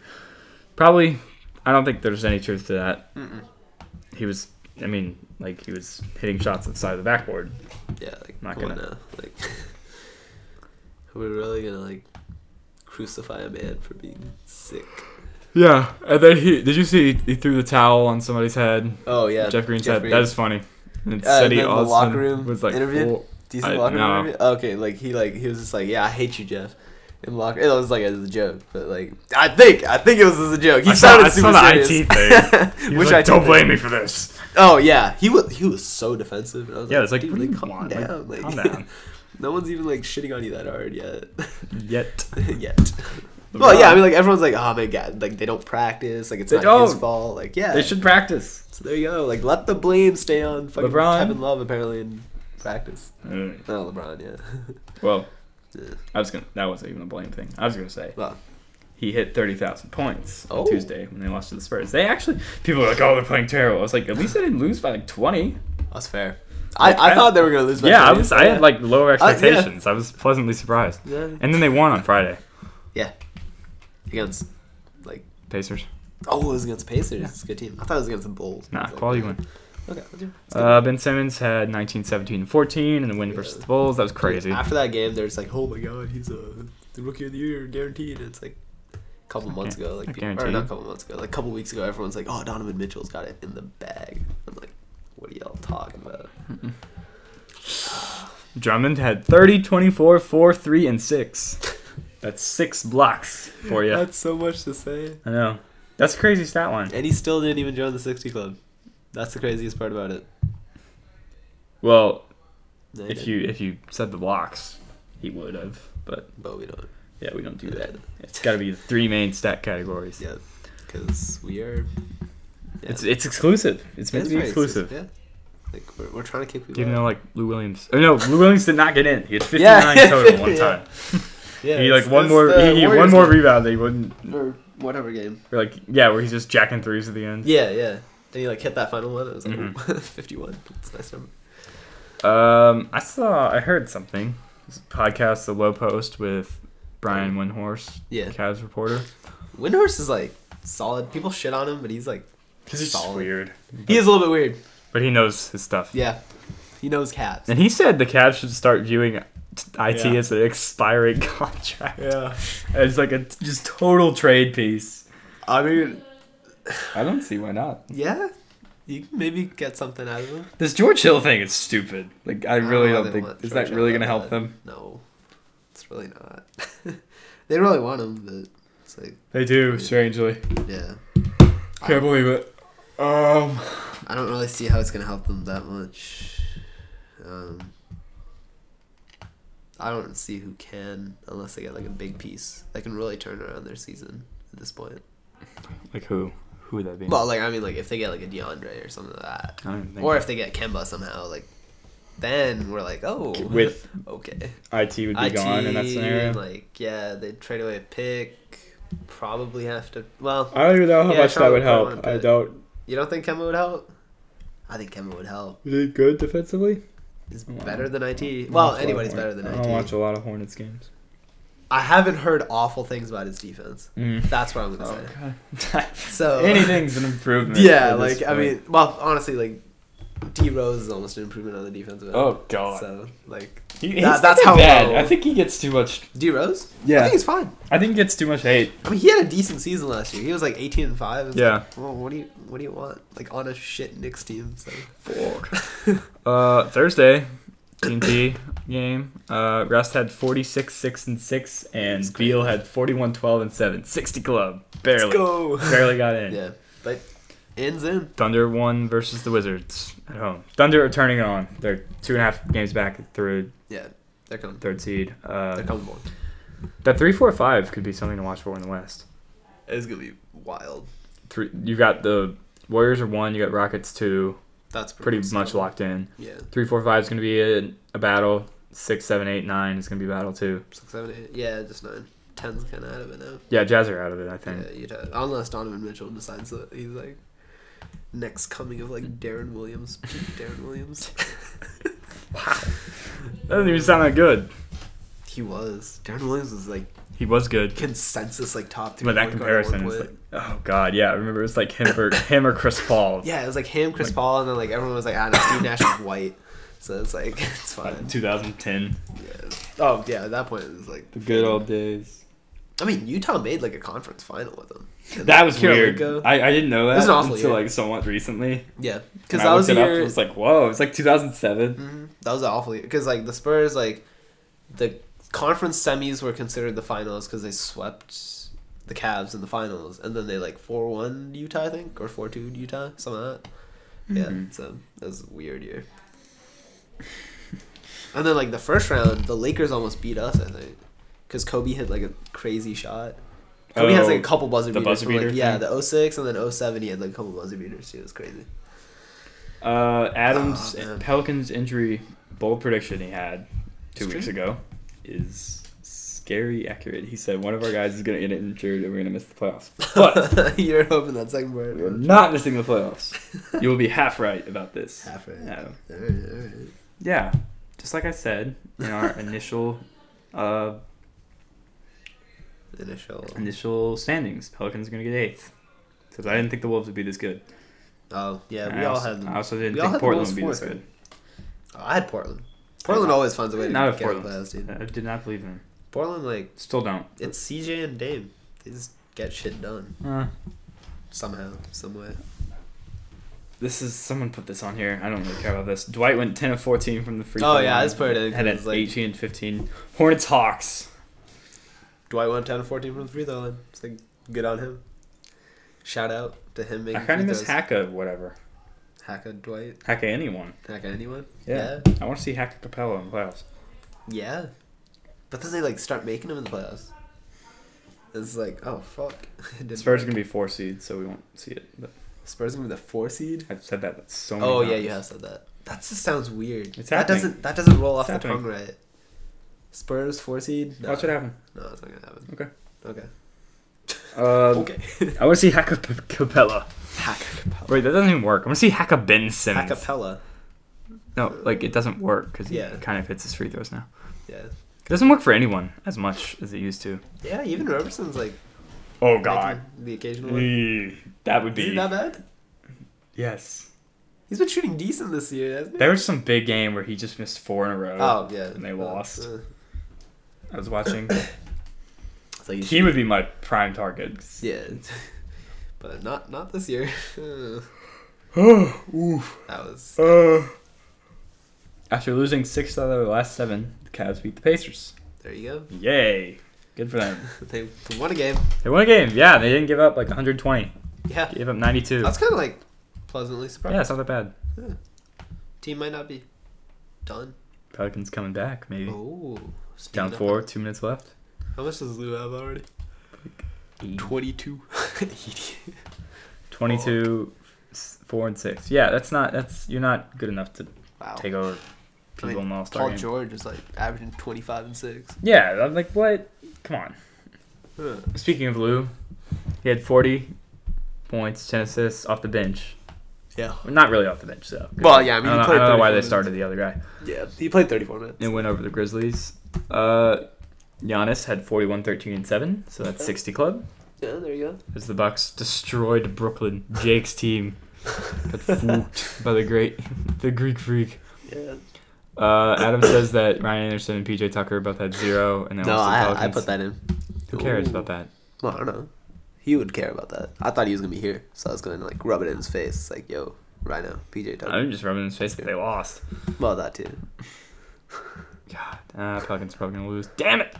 Speaker 1: Probably, I don't think there's any truth to that.
Speaker 2: Mm-mm.
Speaker 1: he was. I mean, like he was hitting shots inside of the backboard.
Speaker 2: Yeah, like
Speaker 1: Not
Speaker 2: not gonna
Speaker 1: gonna-
Speaker 2: like. Are we really gonna like crucify a man for being sick?
Speaker 1: Yeah, and then he did you see he threw the towel on somebody's head?
Speaker 2: Oh yeah,
Speaker 1: Jeff Green's head.
Speaker 2: Green.
Speaker 1: That is funny. And
Speaker 2: Yeah,
Speaker 1: said
Speaker 2: and
Speaker 1: he
Speaker 2: then the
Speaker 1: also
Speaker 2: locker room
Speaker 1: was like
Speaker 2: interview?
Speaker 1: full-
Speaker 2: Do you see
Speaker 1: I-
Speaker 2: the locker room
Speaker 1: no.
Speaker 2: interview? Okay, like he like he was just like, yeah, I hate you, Jeff. In locker, it was like it was a joke, but like I think I think it was as a joke. He
Speaker 1: I saw-
Speaker 2: sounded
Speaker 1: I saw
Speaker 2: super
Speaker 1: the
Speaker 2: serious.
Speaker 1: IT thing. He was
Speaker 2: Which
Speaker 1: like,
Speaker 2: I
Speaker 1: don't blame me for this.
Speaker 2: Oh yeah, he was he was so defensive. And I was
Speaker 1: Yeah,
Speaker 2: like,
Speaker 1: it's like,
Speaker 2: dude,
Speaker 1: what do you
Speaker 2: calm
Speaker 1: want? Like,
Speaker 2: down, like,
Speaker 1: calm down.
Speaker 2: no one's even like shitting on you that hard yet.
Speaker 1: Yet.
Speaker 2: yet. Well, yeah, I mean, like everyone's like, oh my god, like they don't practice, like it's
Speaker 1: They
Speaker 2: not his
Speaker 1: don't.
Speaker 2: fault, like yeah.
Speaker 1: they should practice.
Speaker 2: So there you go. Like let the blame stay on fucking
Speaker 1: LeBron.
Speaker 2: Kevin Love apparently in practice. No, LeBron, yeah.
Speaker 1: Well,
Speaker 2: Yeah.
Speaker 1: I was gonna. That wasn't even a blame thing. I was gonna say
Speaker 2: well,
Speaker 1: he hit thirty thousand points
Speaker 2: Oh.
Speaker 1: on Tuesday when they lost to the Spurs. They actually people are like, oh, they're playing terrible. I was like, at least they didn't lose by like twenty.
Speaker 2: that's fair. I,
Speaker 1: Like,
Speaker 2: I,
Speaker 1: I-
Speaker 2: thought they were gonna lose. by
Speaker 1: yeah, I
Speaker 2: 20,
Speaker 1: was. I
Speaker 2: yeah. Uh,
Speaker 1: had like lower
Speaker 2: yeah.
Speaker 1: expectations. I was pleasantly surprised.
Speaker 2: Yeah.
Speaker 1: And then they won on Friday.
Speaker 2: yeah against like
Speaker 1: Pacers.
Speaker 2: oh it was against Pacers. It's a good team. I thought it was against the Bulls. I
Speaker 1: Nah,
Speaker 2: was like,
Speaker 1: quality win.
Speaker 2: Okay. that's good.
Speaker 1: Uh, ben Simmons had 19, 17, and 14 in the win versus the Bulls. That was crazy.
Speaker 2: After that game, they're just like, oh my god, he's a the rookie of the year guaranteed. And it's like a couple months ago, like
Speaker 1: I
Speaker 2: people, or
Speaker 1: guarantee
Speaker 2: not a
Speaker 1: you.
Speaker 2: couple months ago, like a couple weeks ago, everyone's like, oh, Donovan Mitchell's got it in the bag. I'm like, what are y'all talking about?
Speaker 1: Drummond had 30, 24, 4, 3, and 6. That's six blocks for you.
Speaker 2: That's so much to say.
Speaker 1: I know. That's a crazy stat line.
Speaker 2: And he still didn't even join the 60 club. That's the craziest part about it.
Speaker 1: Well,
Speaker 2: No, he
Speaker 1: if
Speaker 2: didn't.
Speaker 1: you if you said the blocks, he would have. But
Speaker 2: but we don't.
Speaker 1: yeah, we don't do that.
Speaker 2: Yeah.
Speaker 1: It's got to be the three main stat categories.
Speaker 2: Yeah, because we are. Yeah.
Speaker 1: It's it's exclusive. It's meant
Speaker 2: It is
Speaker 1: to be
Speaker 2: very
Speaker 1: exclusive.
Speaker 2: Yeah, like we're, we're trying to keep people.
Speaker 1: Even
Speaker 2: out.
Speaker 1: though like Lou Williams, oh no, Lou Williams did not get in. He had 59
Speaker 2: Yeah.
Speaker 1: total one
Speaker 2: Yeah.
Speaker 1: time.
Speaker 2: yeah,
Speaker 1: he
Speaker 2: it's-
Speaker 1: like one
Speaker 2: it's
Speaker 1: more,
Speaker 2: the
Speaker 1: he, he- one
Speaker 2: Warriors
Speaker 1: more
Speaker 2: game,
Speaker 1: rebound. They wouldn't
Speaker 2: or whatever game.
Speaker 1: Or, like yeah, where he's just jacking threes at the end.
Speaker 2: Yeah, yeah. Then he like hit that final one. It was like
Speaker 1: Mhm.
Speaker 2: ooh, 51. That's a nice number.
Speaker 1: Um, I saw, I heard something. This podcast, the low post with Brian Windhorse,
Speaker 2: Yeah.
Speaker 1: Cavs reporter.
Speaker 2: Windhorse is like solid. People shit on him, but he's like solid.
Speaker 1: weird,
Speaker 2: He is a little bit weird.
Speaker 1: but he knows his stuff.
Speaker 2: Yeah, he knows cats.
Speaker 1: And he said the Cavs should start viewing t- IT
Speaker 2: Yeah.
Speaker 1: as an expiring contract.
Speaker 2: Yeah,
Speaker 1: As like a t- just total trade piece.
Speaker 2: I mean,
Speaker 1: I don't see why not.
Speaker 2: yeah, you can maybe get something out of him.
Speaker 1: This George Hill thing is stupid. Like I really
Speaker 2: know
Speaker 1: don't
Speaker 2: they
Speaker 1: think
Speaker 2: want
Speaker 1: is
Speaker 2: George
Speaker 1: that really
Speaker 2: Hill
Speaker 1: gonna
Speaker 2: that
Speaker 1: help
Speaker 2: bad.
Speaker 1: them.
Speaker 2: No, it's really not. they really want him, but it's like
Speaker 1: They do strangely.
Speaker 2: yeah,
Speaker 1: Can't believe it. Um.
Speaker 2: I don't really see how it's gonna help them that much. Um, I don't see who can unless they get like a big piece that can really turn around their season at this point.
Speaker 1: Like who? Who would that be?
Speaker 2: Well, like I mean, like if they get like a DeAndre or something like that,
Speaker 1: I don't even think
Speaker 2: or if they get Kemba somehow, like then we're like, oh,
Speaker 1: With-
Speaker 2: okay,
Speaker 1: IT would be
Speaker 2: IT,
Speaker 1: gone in that scenario.
Speaker 2: like yeah, they trade away a pick. Probably have to. Well,
Speaker 1: I don't even know how
Speaker 2: Yeah,
Speaker 1: much that
Speaker 2: Charlotte
Speaker 1: would
Speaker 2: probably
Speaker 1: help.
Speaker 2: would've
Speaker 1: I
Speaker 2: been-
Speaker 1: don't.
Speaker 2: you don't think Kemba would help? I think Kemba would help.
Speaker 1: Is he good defensively?
Speaker 2: He's
Speaker 1: Wow.
Speaker 2: better than IT.
Speaker 1: I don't
Speaker 2: Well,
Speaker 1: watch a lot of
Speaker 2: anybody's
Speaker 1: Horn-
Speaker 2: better than
Speaker 1: I don't watch
Speaker 2: IT.
Speaker 1: a lot of Hornets games.
Speaker 2: I haven't heard awful things about his defense. That's what I'm gonna say. So
Speaker 1: Mm. anything's an improvement.
Speaker 2: Yeah,
Speaker 1: at this
Speaker 2: like I
Speaker 1: point.
Speaker 2: mean, well, honestly, like D Rose is almost an improvement on the defense. end.
Speaker 1: Oh god,
Speaker 2: So like
Speaker 1: He-
Speaker 2: that-
Speaker 1: he's
Speaker 2: that's
Speaker 1: not
Speaker 2: how
Speaker 1: bad.
Speaker 2: low-
Speaker 1: I think he gets too much.
Speaker 2: D Rose, I
Speaker 1: Yeah,
Speaker 2: think he's fine.
Speaker 1: I think he gets too much hate.
Speaker 2: I mean, he had a decent season last year. He was like 18 and five. It's
Speaker 1: Yeah.
Speaker 2: Like, well, what do you what do you want? Like on a shit Knicks team. So
Speaker 1: Uh, Thursday, TNT game. Uh, Rust had 46, 6, and 6, and Beal had 41, 12, and 7. 60 club. Barely.
Speaker 2: let's go.
Speaker 1: Barely got in.
Speaker 2: yeah, but ends in.
Speaker 1: Thunder won versus the Wizards at home. Thunder are turning it on. They're two and a half games back at third
Speaker 2: Yeah, they're coming.
Speaker 1: third seed.
Speaker 2: They're
Speaker 1: Uh,
Speaker 2: coming. Board.
Speaker 1: that three four five could be something to watch for in the West.
Speaker 2: It's gonna be wild.
Speaker 1: Three, you got the Warriors are one. You got Rockets two.
Speaker 2: That's
Speaker 1: Pretty
Speaker 2: much
Speaker 1: much locked in.
Speaker 2: Yeah,
Speaker 1: Three four five is going to be a, a battle. Six seven eight nine is going to be a battle too.
Speaker 2: six, seven, eight. Yeah, just nine. Ten's kind of out of it now.
Speaker 1: Yeah, Jazz are out of it. I think.
Speaker 2: Yeah, Utah. Unless Donovan Mitchell decides that he's like next coming of like Darren Williams, peak Darren Williams.
Speaker 1: Doesn't even sound that good.
Speaker 2: he was. Darren Williams was like
Speaker 1: He was good.
Speaker 2: consensus like top three.
Speaker 1: But that
Speaker 2: point guard at one
Speaker 1: comparison is
Speaker 2: point.
Speaker 1: like, oh god, yeah. I remember it was like him or him or Chris Paul.
Speaker 2: yeah, it was like him, Chris
Speaker 1: Like-
Speaker 2: Paul, and then like everyone was like, ah, no, Steve Nash is white, so it's like it's fine.
Speaker 1: 2010.
Speaker 2: Yeah. Oh yeah, at that point it was like
Speaker 1: days.
Speaker 2: I mean, Utah made like a conference final with them. And,
Speaker 1: That
Speaker 2: like,
Speaker 1: was
Speaker 2: Kirilenko-
Speaker 1: weird. I, I didn't know that
Speaker 2: was an awful
Speaker 1: until
Speaker 2: year.
Speaker 1: like somewhat recently.
Speaker 2: yeah,
Speaker 1: When
Speaker 2: because
Speaker 1: I
Speaker 2: that was
Speaker 1: looked
Speaker 2: the
Speaker 1: it up,
Speaker 2: year.
Speaker 1: I was like, whoa, it's like 2007.
Speaker 2: Mhm. That was awfully because like the Spurs like the conference semis were considered the finals because they swept the Cavs in the finals and then they like four one Utah I think or four two Utah something like that. Yeah, so that was a weird year. and then like the first round, the Lakers almost beat us I think because Kobe hit like a crazy shot. Kobe has like a
Speaker 1: Oh,
Speaker 2: couple buzzer
Speaker 1: the
Speaker 2: beaters.
Speaker 1: buzzer
Speaker 2: from, like,
Speaker 1: beater
Speaker 2: yeah,
Speaker 1: thing?
Speaker 2: the 06 and then 07 he had like a couple buzzer beaters too. It was crazy.
Speaker 1: Uh, Adams
Speaker 2: Oh, man.
Speaker 1: Pelicans injury bold prediction he had two
Speaker 2: It's
Speaker 1: weeks
Speaker 2: true.
Speaker 1: ago is scary accurate. He said one of our guys is gonna get injured and we're gonna miss the playoffs. But
Speaker 2: you're hoping that second part.
Speaker 1: we are not missing the playoffs. You will be half right about this.
Speaker 2: Half right.
Speaker 1: No.
Speaker 2: All right, all right.
Speaker 1: Yeah, just like I said in our initial uh,
Speaker 2: initial.
Speaker 1: initial standings, Pelicans are gonna get eighth because I didn't think the Wolves would be this good.
Speaker 2: Oh yeah,
Speaker 1: And
Speaker 2: we
Speaker 1: I
Speaker 2: all
Speaker 1: also,
Speaker 2: had.
Speaker 1: I also didn't
Speaker 2: we all
Speaker 1: think
Speaker 2: had the
Speaker 1: Portland
Speaker 2: Wolves
Speaker 1: would be this
Speaker 2: fourth,
Speaker 1: good.
Speaker 2: Oh, I had Portland. Portland always finds a way to
Speaker 1: Not
Speaker 2: get
Speaker 1: of Portland.
Speaker 2: out of playoffs, dude.
Speaker 1: I did not believe in them.
Speaker 2: Portland, like
Speaker 1: Still don't.
Speaker 2: it's CJ and Dame. They just get shit done
Speaker 1: Uh,
Speaker 2: somehow, some way.
Speaker 1: This is someone put this on here. I don't really care about this. Dwight went ten of fourteen from the free.
Speaker 2: Oh,
Speaker 1: throw
Speaker 2: yeah,
Speaker 1: line.
Speaker 2: I just put it in 'cause
Speaker 1: Had an
Speaker 2: it's like-
Speaker 1: eighteen and fifteen. Hornets Hawks.
Speaker 2: Dwight went 10 to 14 from the free throw line. It's like good on him. Shout out to him making.
Speaker 1: I kind of
Speaker 2: free
Speaker 1: miss
Speaker 2: throws.
Speaker 1: Hacka whatever.
Speaker 2: Hack a Dwight.
Speaker 1: Hacka anyone.
Speaker 2: Hack a anyone.
Speaker 1: Yeah. I want to see Hacka Capella in the playoffs.
Speaker 2: yeah. Yeah. But then they like start making him in the playoffs. It's like oh fuck. It didn't
Speaker 1: Spurs are
Speaker 2: work.
Speaker 1: gonna be four seed, so we won't see it. But
Speaker 2: Spurs gonna be the four seed.
Speaker 1: I've said that so many
Speaker 2: Oh
Speaker 1: times.
Speaker 2: yeah, you have said that. That just sounds weird.
Speaker 1: It's
Speaker 2: that
Speaker 1: happening.
Speaker 2: doesn't that doesn't roll off
Speaker 1: It's
Speaker 2: the
Speaker 1: happening.
Speaker 2: tongue right. Spurs four seed. No,
Speaker 1: Watch it happen.
Speaker 2: no, it's not gonna happen.
Speaker 1: Okay.
Speaker 2: Okay.
Speaker 1: Um,
Speaker 2: okay.
Speaker 1: I want to see Hacka P- Capella.
Speaker 2: Hackapella.
Speaker 1: Wait, that doesn't even work. I want to see Hacka Ben Simmons.
Speaker 2: Hackapella.
Speaker 1: no, like it doesn't work because he
Speaker 2: Yeah.
Speaker 1: kind of hits his free throws now.
Speaker 2: Yeah.
Speaker 1: It doesn't work for anyone as much as it used to.
Speaker 2: Yeah. Even Robertson's like
Speaker 1: Oh
Speaker 2: making the occasional one.
Speaker 1: Eee, that would
Speaker 2: Is he
Speaker 1: be
Speaker 2: that bad?
Speaker 1: yes.
Speaker 2: He's been shooting decent this year, hasn't he?
Speaker 1: There was some big game where he just missed four in a row.
Speaker 2: Oh yeah.
Speaker 1: and they
Speaker 2: Uh,
Speaker 1: lost.
Speaker 2: uh,
Speaker 1: I was watching.
Speaker 2: it's like
Speaker 1: he would be my prime target.
Speaker 2: yeah. But not not this year.
Speaker 1: Oof.
Speaker 2: that was
Speaker 1: Uh. After losing six out of their last seven, the Cavs beat the Pacers.
Speaker 2: there you go.
Speaker 1: Yay! Good for them.
Speaker 2: They won a game.
Speaker 1: they won a game. Yeah, they didn't give up like 120.
Speaker 2: Yeah.
Speaker 1: Gave up 92.
Speaker 2: That's kind of like pleasantly surprised.
Speaker 1: yeah, it's not that bad.
Speaker 2: Team might not be done.
Speaker 1: Pelicans coming back, maybe.
Speaker 2: Oh, speaking
Speaker 1: Hmm. Down
Speaker 2: of-
Speaker 1: four, two minutes left.
Speaker 2: How much does Lou have already?
Speaker 1: Eight.
Speaker 2: Twenty-two.
Speaker 1: 22, s- four and six. Yeah, that's not. That's you're not good enough to
Speaker 2: wow.
Speaker 1: take over
Speaker 2: Oh. I
Speaker 1: people
Speaker 2: mean,
Speaker 1: in the All
Speaker 2: Paul
Speaker 1: Star game.
Speaker 2: George is like averaging twenty-five and six.
Speaker 1: Yeah, I'm like, what? Come on.
Speaker 2: Huh.
Speaker 1: Speaking of Lou, he had 40 points, 10 assists off the bench.
Speaker 2: Yeah.
Speaker 1: Well, not really off the bench, though.
Speaker 2: Well, yeah, I mean,
Speaker 1: I don't,
Speaker 2: he
Speaker 1: know, I
Speaker 2: played
Speaker 1: don't know why they
Speaker 2: 34
Speaker 1: started the other guy.
Speaker 2: Yeah. He played thirty-four minutes.
Speaker 1: It went over the Grizzlies. Uh, Giannis had 41, 13, and 7, so that's 60 club.
Speaker 2: Yeah. There you go.
Speaker 1: As the Bucks destroyed Brooklyn, Jake's team got fooked by the great, the Greek freak.
Speaker 2: Yeah.
Speaker 1: Uh, Adam says that Ryan Anderson and PJ Tucker both had zero, and they
Speaker 2: No,
Speaker 1: lost to the
Speaker 2: I, I
Speaker 1: Pelicans.
Speaker 2: put that in.
Speaker 1: Who cares
Speaker 2: Ooh.
Speaker 1: about that?
Speaker 2: Well, I don't know. He would care about that. I thought he was gonna be here, so I was gonna like rub it in his face. It's like, yo, Rhino, PJ Tucker.
Speaker 1: I'm just rubbing in his face that they lost.
Speaker 2: Well, that too.
Speaker 1: God, uh, Pelicans probably gonna lose. Damn it.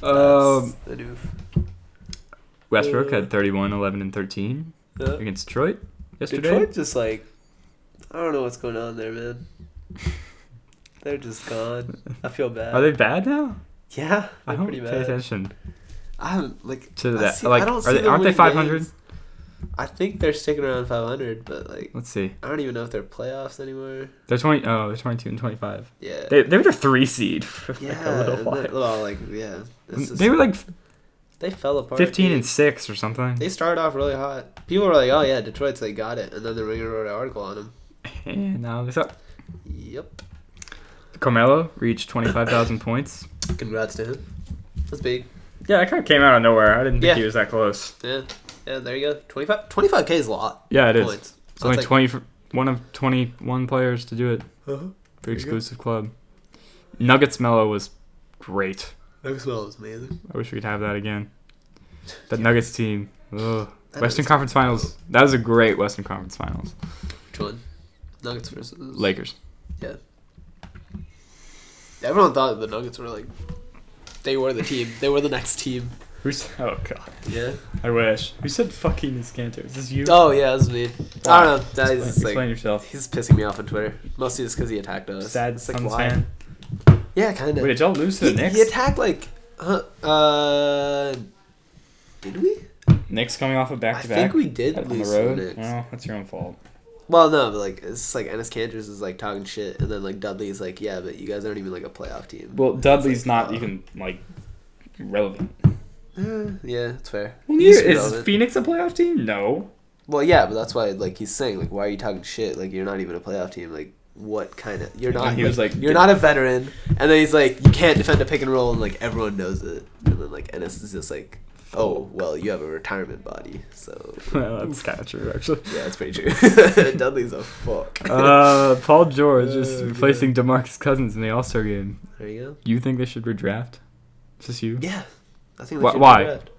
Speaker 2: That's
Speaker 1: Um,
Speaker 2: the doof.
Speaker 1: Westbrook
Speaker 2: Uh,
Speaker 1: had 31, 11, and 13
Speaker 2: Yeah.
Speaker 1: against Detroit yesterday.
Speaker 2: Detroit just like I don't know what's going on there, man. They're just gone. I feel bad.
Speaker 1: Are they bad now?
Speaker 2: Yeah,
Speaker 1: I
Speaker 2: they're
Speaker 1: don't
Speaker 2: pretty
Speaker 1: pay
Speaker 2: bad.
Speaker 1: attention
Speaker 2: I haven't like
Speaker 1: to
Speaker 2: I
Speaker 1: that.
Speaker 2: see-
Speaker 1: like,
Speaker 2: I don't
Speaker 1: are
Speaker 2: see
Speaker 1: they,
Speaker 2: them
Speaker 1: aren't they
Speaker 2: winning
Speaker 1: 500?
Speaker 2: games. I think they're sticking around 500, but like
Speaker 1: Let's see.
Speaker 2: I don't even know if they're playoffs anymore.
Speaker 1: They're 20. Oh, they're 22 and 25.
Speaker 2: Yeah,
Speaker 1: They, they were the three seed for like a
Speaker 2: yeah,
Speaker 1: little
Speaker 2: and they-
Speaker 1: while.
Speaker 2: well, like yeah, it's just-
Speaker 1: they were like
Speaker 2: they fell apart.
Speaker 1: 15
Speaker 2: dude.
Speaker 1: and six or something.
Speaker 2: They started off really hot. People were like, "Oh yeah, Detroit's they got it," and then the Ringer wrote an article on them.
Speaker 1: And now they suck.
Speaker 2: Yep.
Speaker 1: Carmelo reached 25,000 points.
Speaker 2: Congrats to him. That's big.
Speaker 1: Yeah, it kind of came out of nowhere. I didn't think
Speaker 2: Yeah.
Speaker 1: he was that close.
Speaker 2: Yeah, yeah. There you go. 25 25 k is a lot.
Speaker 1: Yeah, it is.
Speaker 2: points.
Speaker 1: It's only
Speaker 2: that's like-
Speaker 1: 20 for, one of 21 players to do it
Speaker 2: Uh-huh.
Speaker 1: for
Speaker 2: you go.
Speaker 1: exclusive club. Nuggets Mello was great.
Speaker 2: That smell is amazing.
Speaker 1: I wish we could have that again. That Nuggets team. Ugh.
Speaker 2: That
Speaker 1: Western
Speaker 2: is-
Speaker 1: Conference Finals. That was a great Western Conference Finals.
Speaker 2: Which one? Nuggets versus
Speaker 1: Lakers.
Speaker 2: Yeah. Everyone thought the Nuggets were like they were the team. They were the next team.
Speaker 1: Who's? Oh god.
Speaker 2: Yeah.
Speaker 1: I wish. Who said fucking Iskanter? Is this you?
Speaker 2: Oh yeah, that's me. I don't know. That
Speaker 1: Explain,
Speaker 2: is just,
Speaker 1: explain
Speaker 2: like
Speaker 1: yourself.
Speaker 2: he's pissing me off on Twitter. Mostly just because he attacked us.
Speaker 1: Sad
Speaker 2: It's like,
Speaker 1: Suns
Speaker 2: why?
Speaker 1: fan.
Speaker 2: Yeah, kind
Speaker 1: Wait,
Speaker 2: of.
Speaker 1: did y'all lose to
Speaker 2: He,
Speaker 1: the Knicks?
Speaker 2: he attacked like, huh, uh, did we?
Speaker 1: Knicks coming off a
Speaker 2: I
Speaker 1: back to
Speaker 2: think
Speaker 1: back
Speaker 2: we did
Speaker 1: on the
Speaker 2: lose to the
Speaker 1: road.
Speaker 2: Knicks.
Speaker 1: Well, that's your own fault.
Speaker 2: Well, no, but like it's just, like Ennis Cantors is like talking shit, and then like Dudley's like, yeah, but you guys aren't even like a playoff team.
Speaker 1: Well, Dudley's
Speaker 2: like,
Speaker 1: not
Speaker 2: uh,
Speaker 1: even like relevant.
Speaker 2: Eh, yeah, it's fair.
Speaker 1: Well,
Speaker 2: He's
Speaker 1: neither, is
Speaker 2: relevant.
Speaker 1: Phoenix a playoff team? No.
Speaker 2: Well, yeah, but that's why like he's saying like, why are you talking shit? Like you're not even a playoff team. Like what kind of you're
Speaker 1: And
Speaker 2: not?
Speaker 1: he was like,
Speaker 2: you're not a veteran. And then he's like, you can't defend a pick and roll, and like everyone knows it. And then like Ennis is just like, oh well, you have a retirement body, so
Speaker 1: Well, that's kind of true, actually.
Speaker 2: yeah, that's pretty true. Dudley's a fuck.
Speaker 1: Uh, Paul George
Speaker 2: Oh,
Speaker 1: is
Speaker 2: God.
Speaker 1: replacing DeMarcus Cousins in the All Star game.
Speaker 2: there you go.
Speaker 1: You think they should redraft? Is this you?
Speaker 2: Yeah, I think.
Speaker 1: Wh-
Speaker 2: They should
Speaker 1: why?
Speaker 2: do that.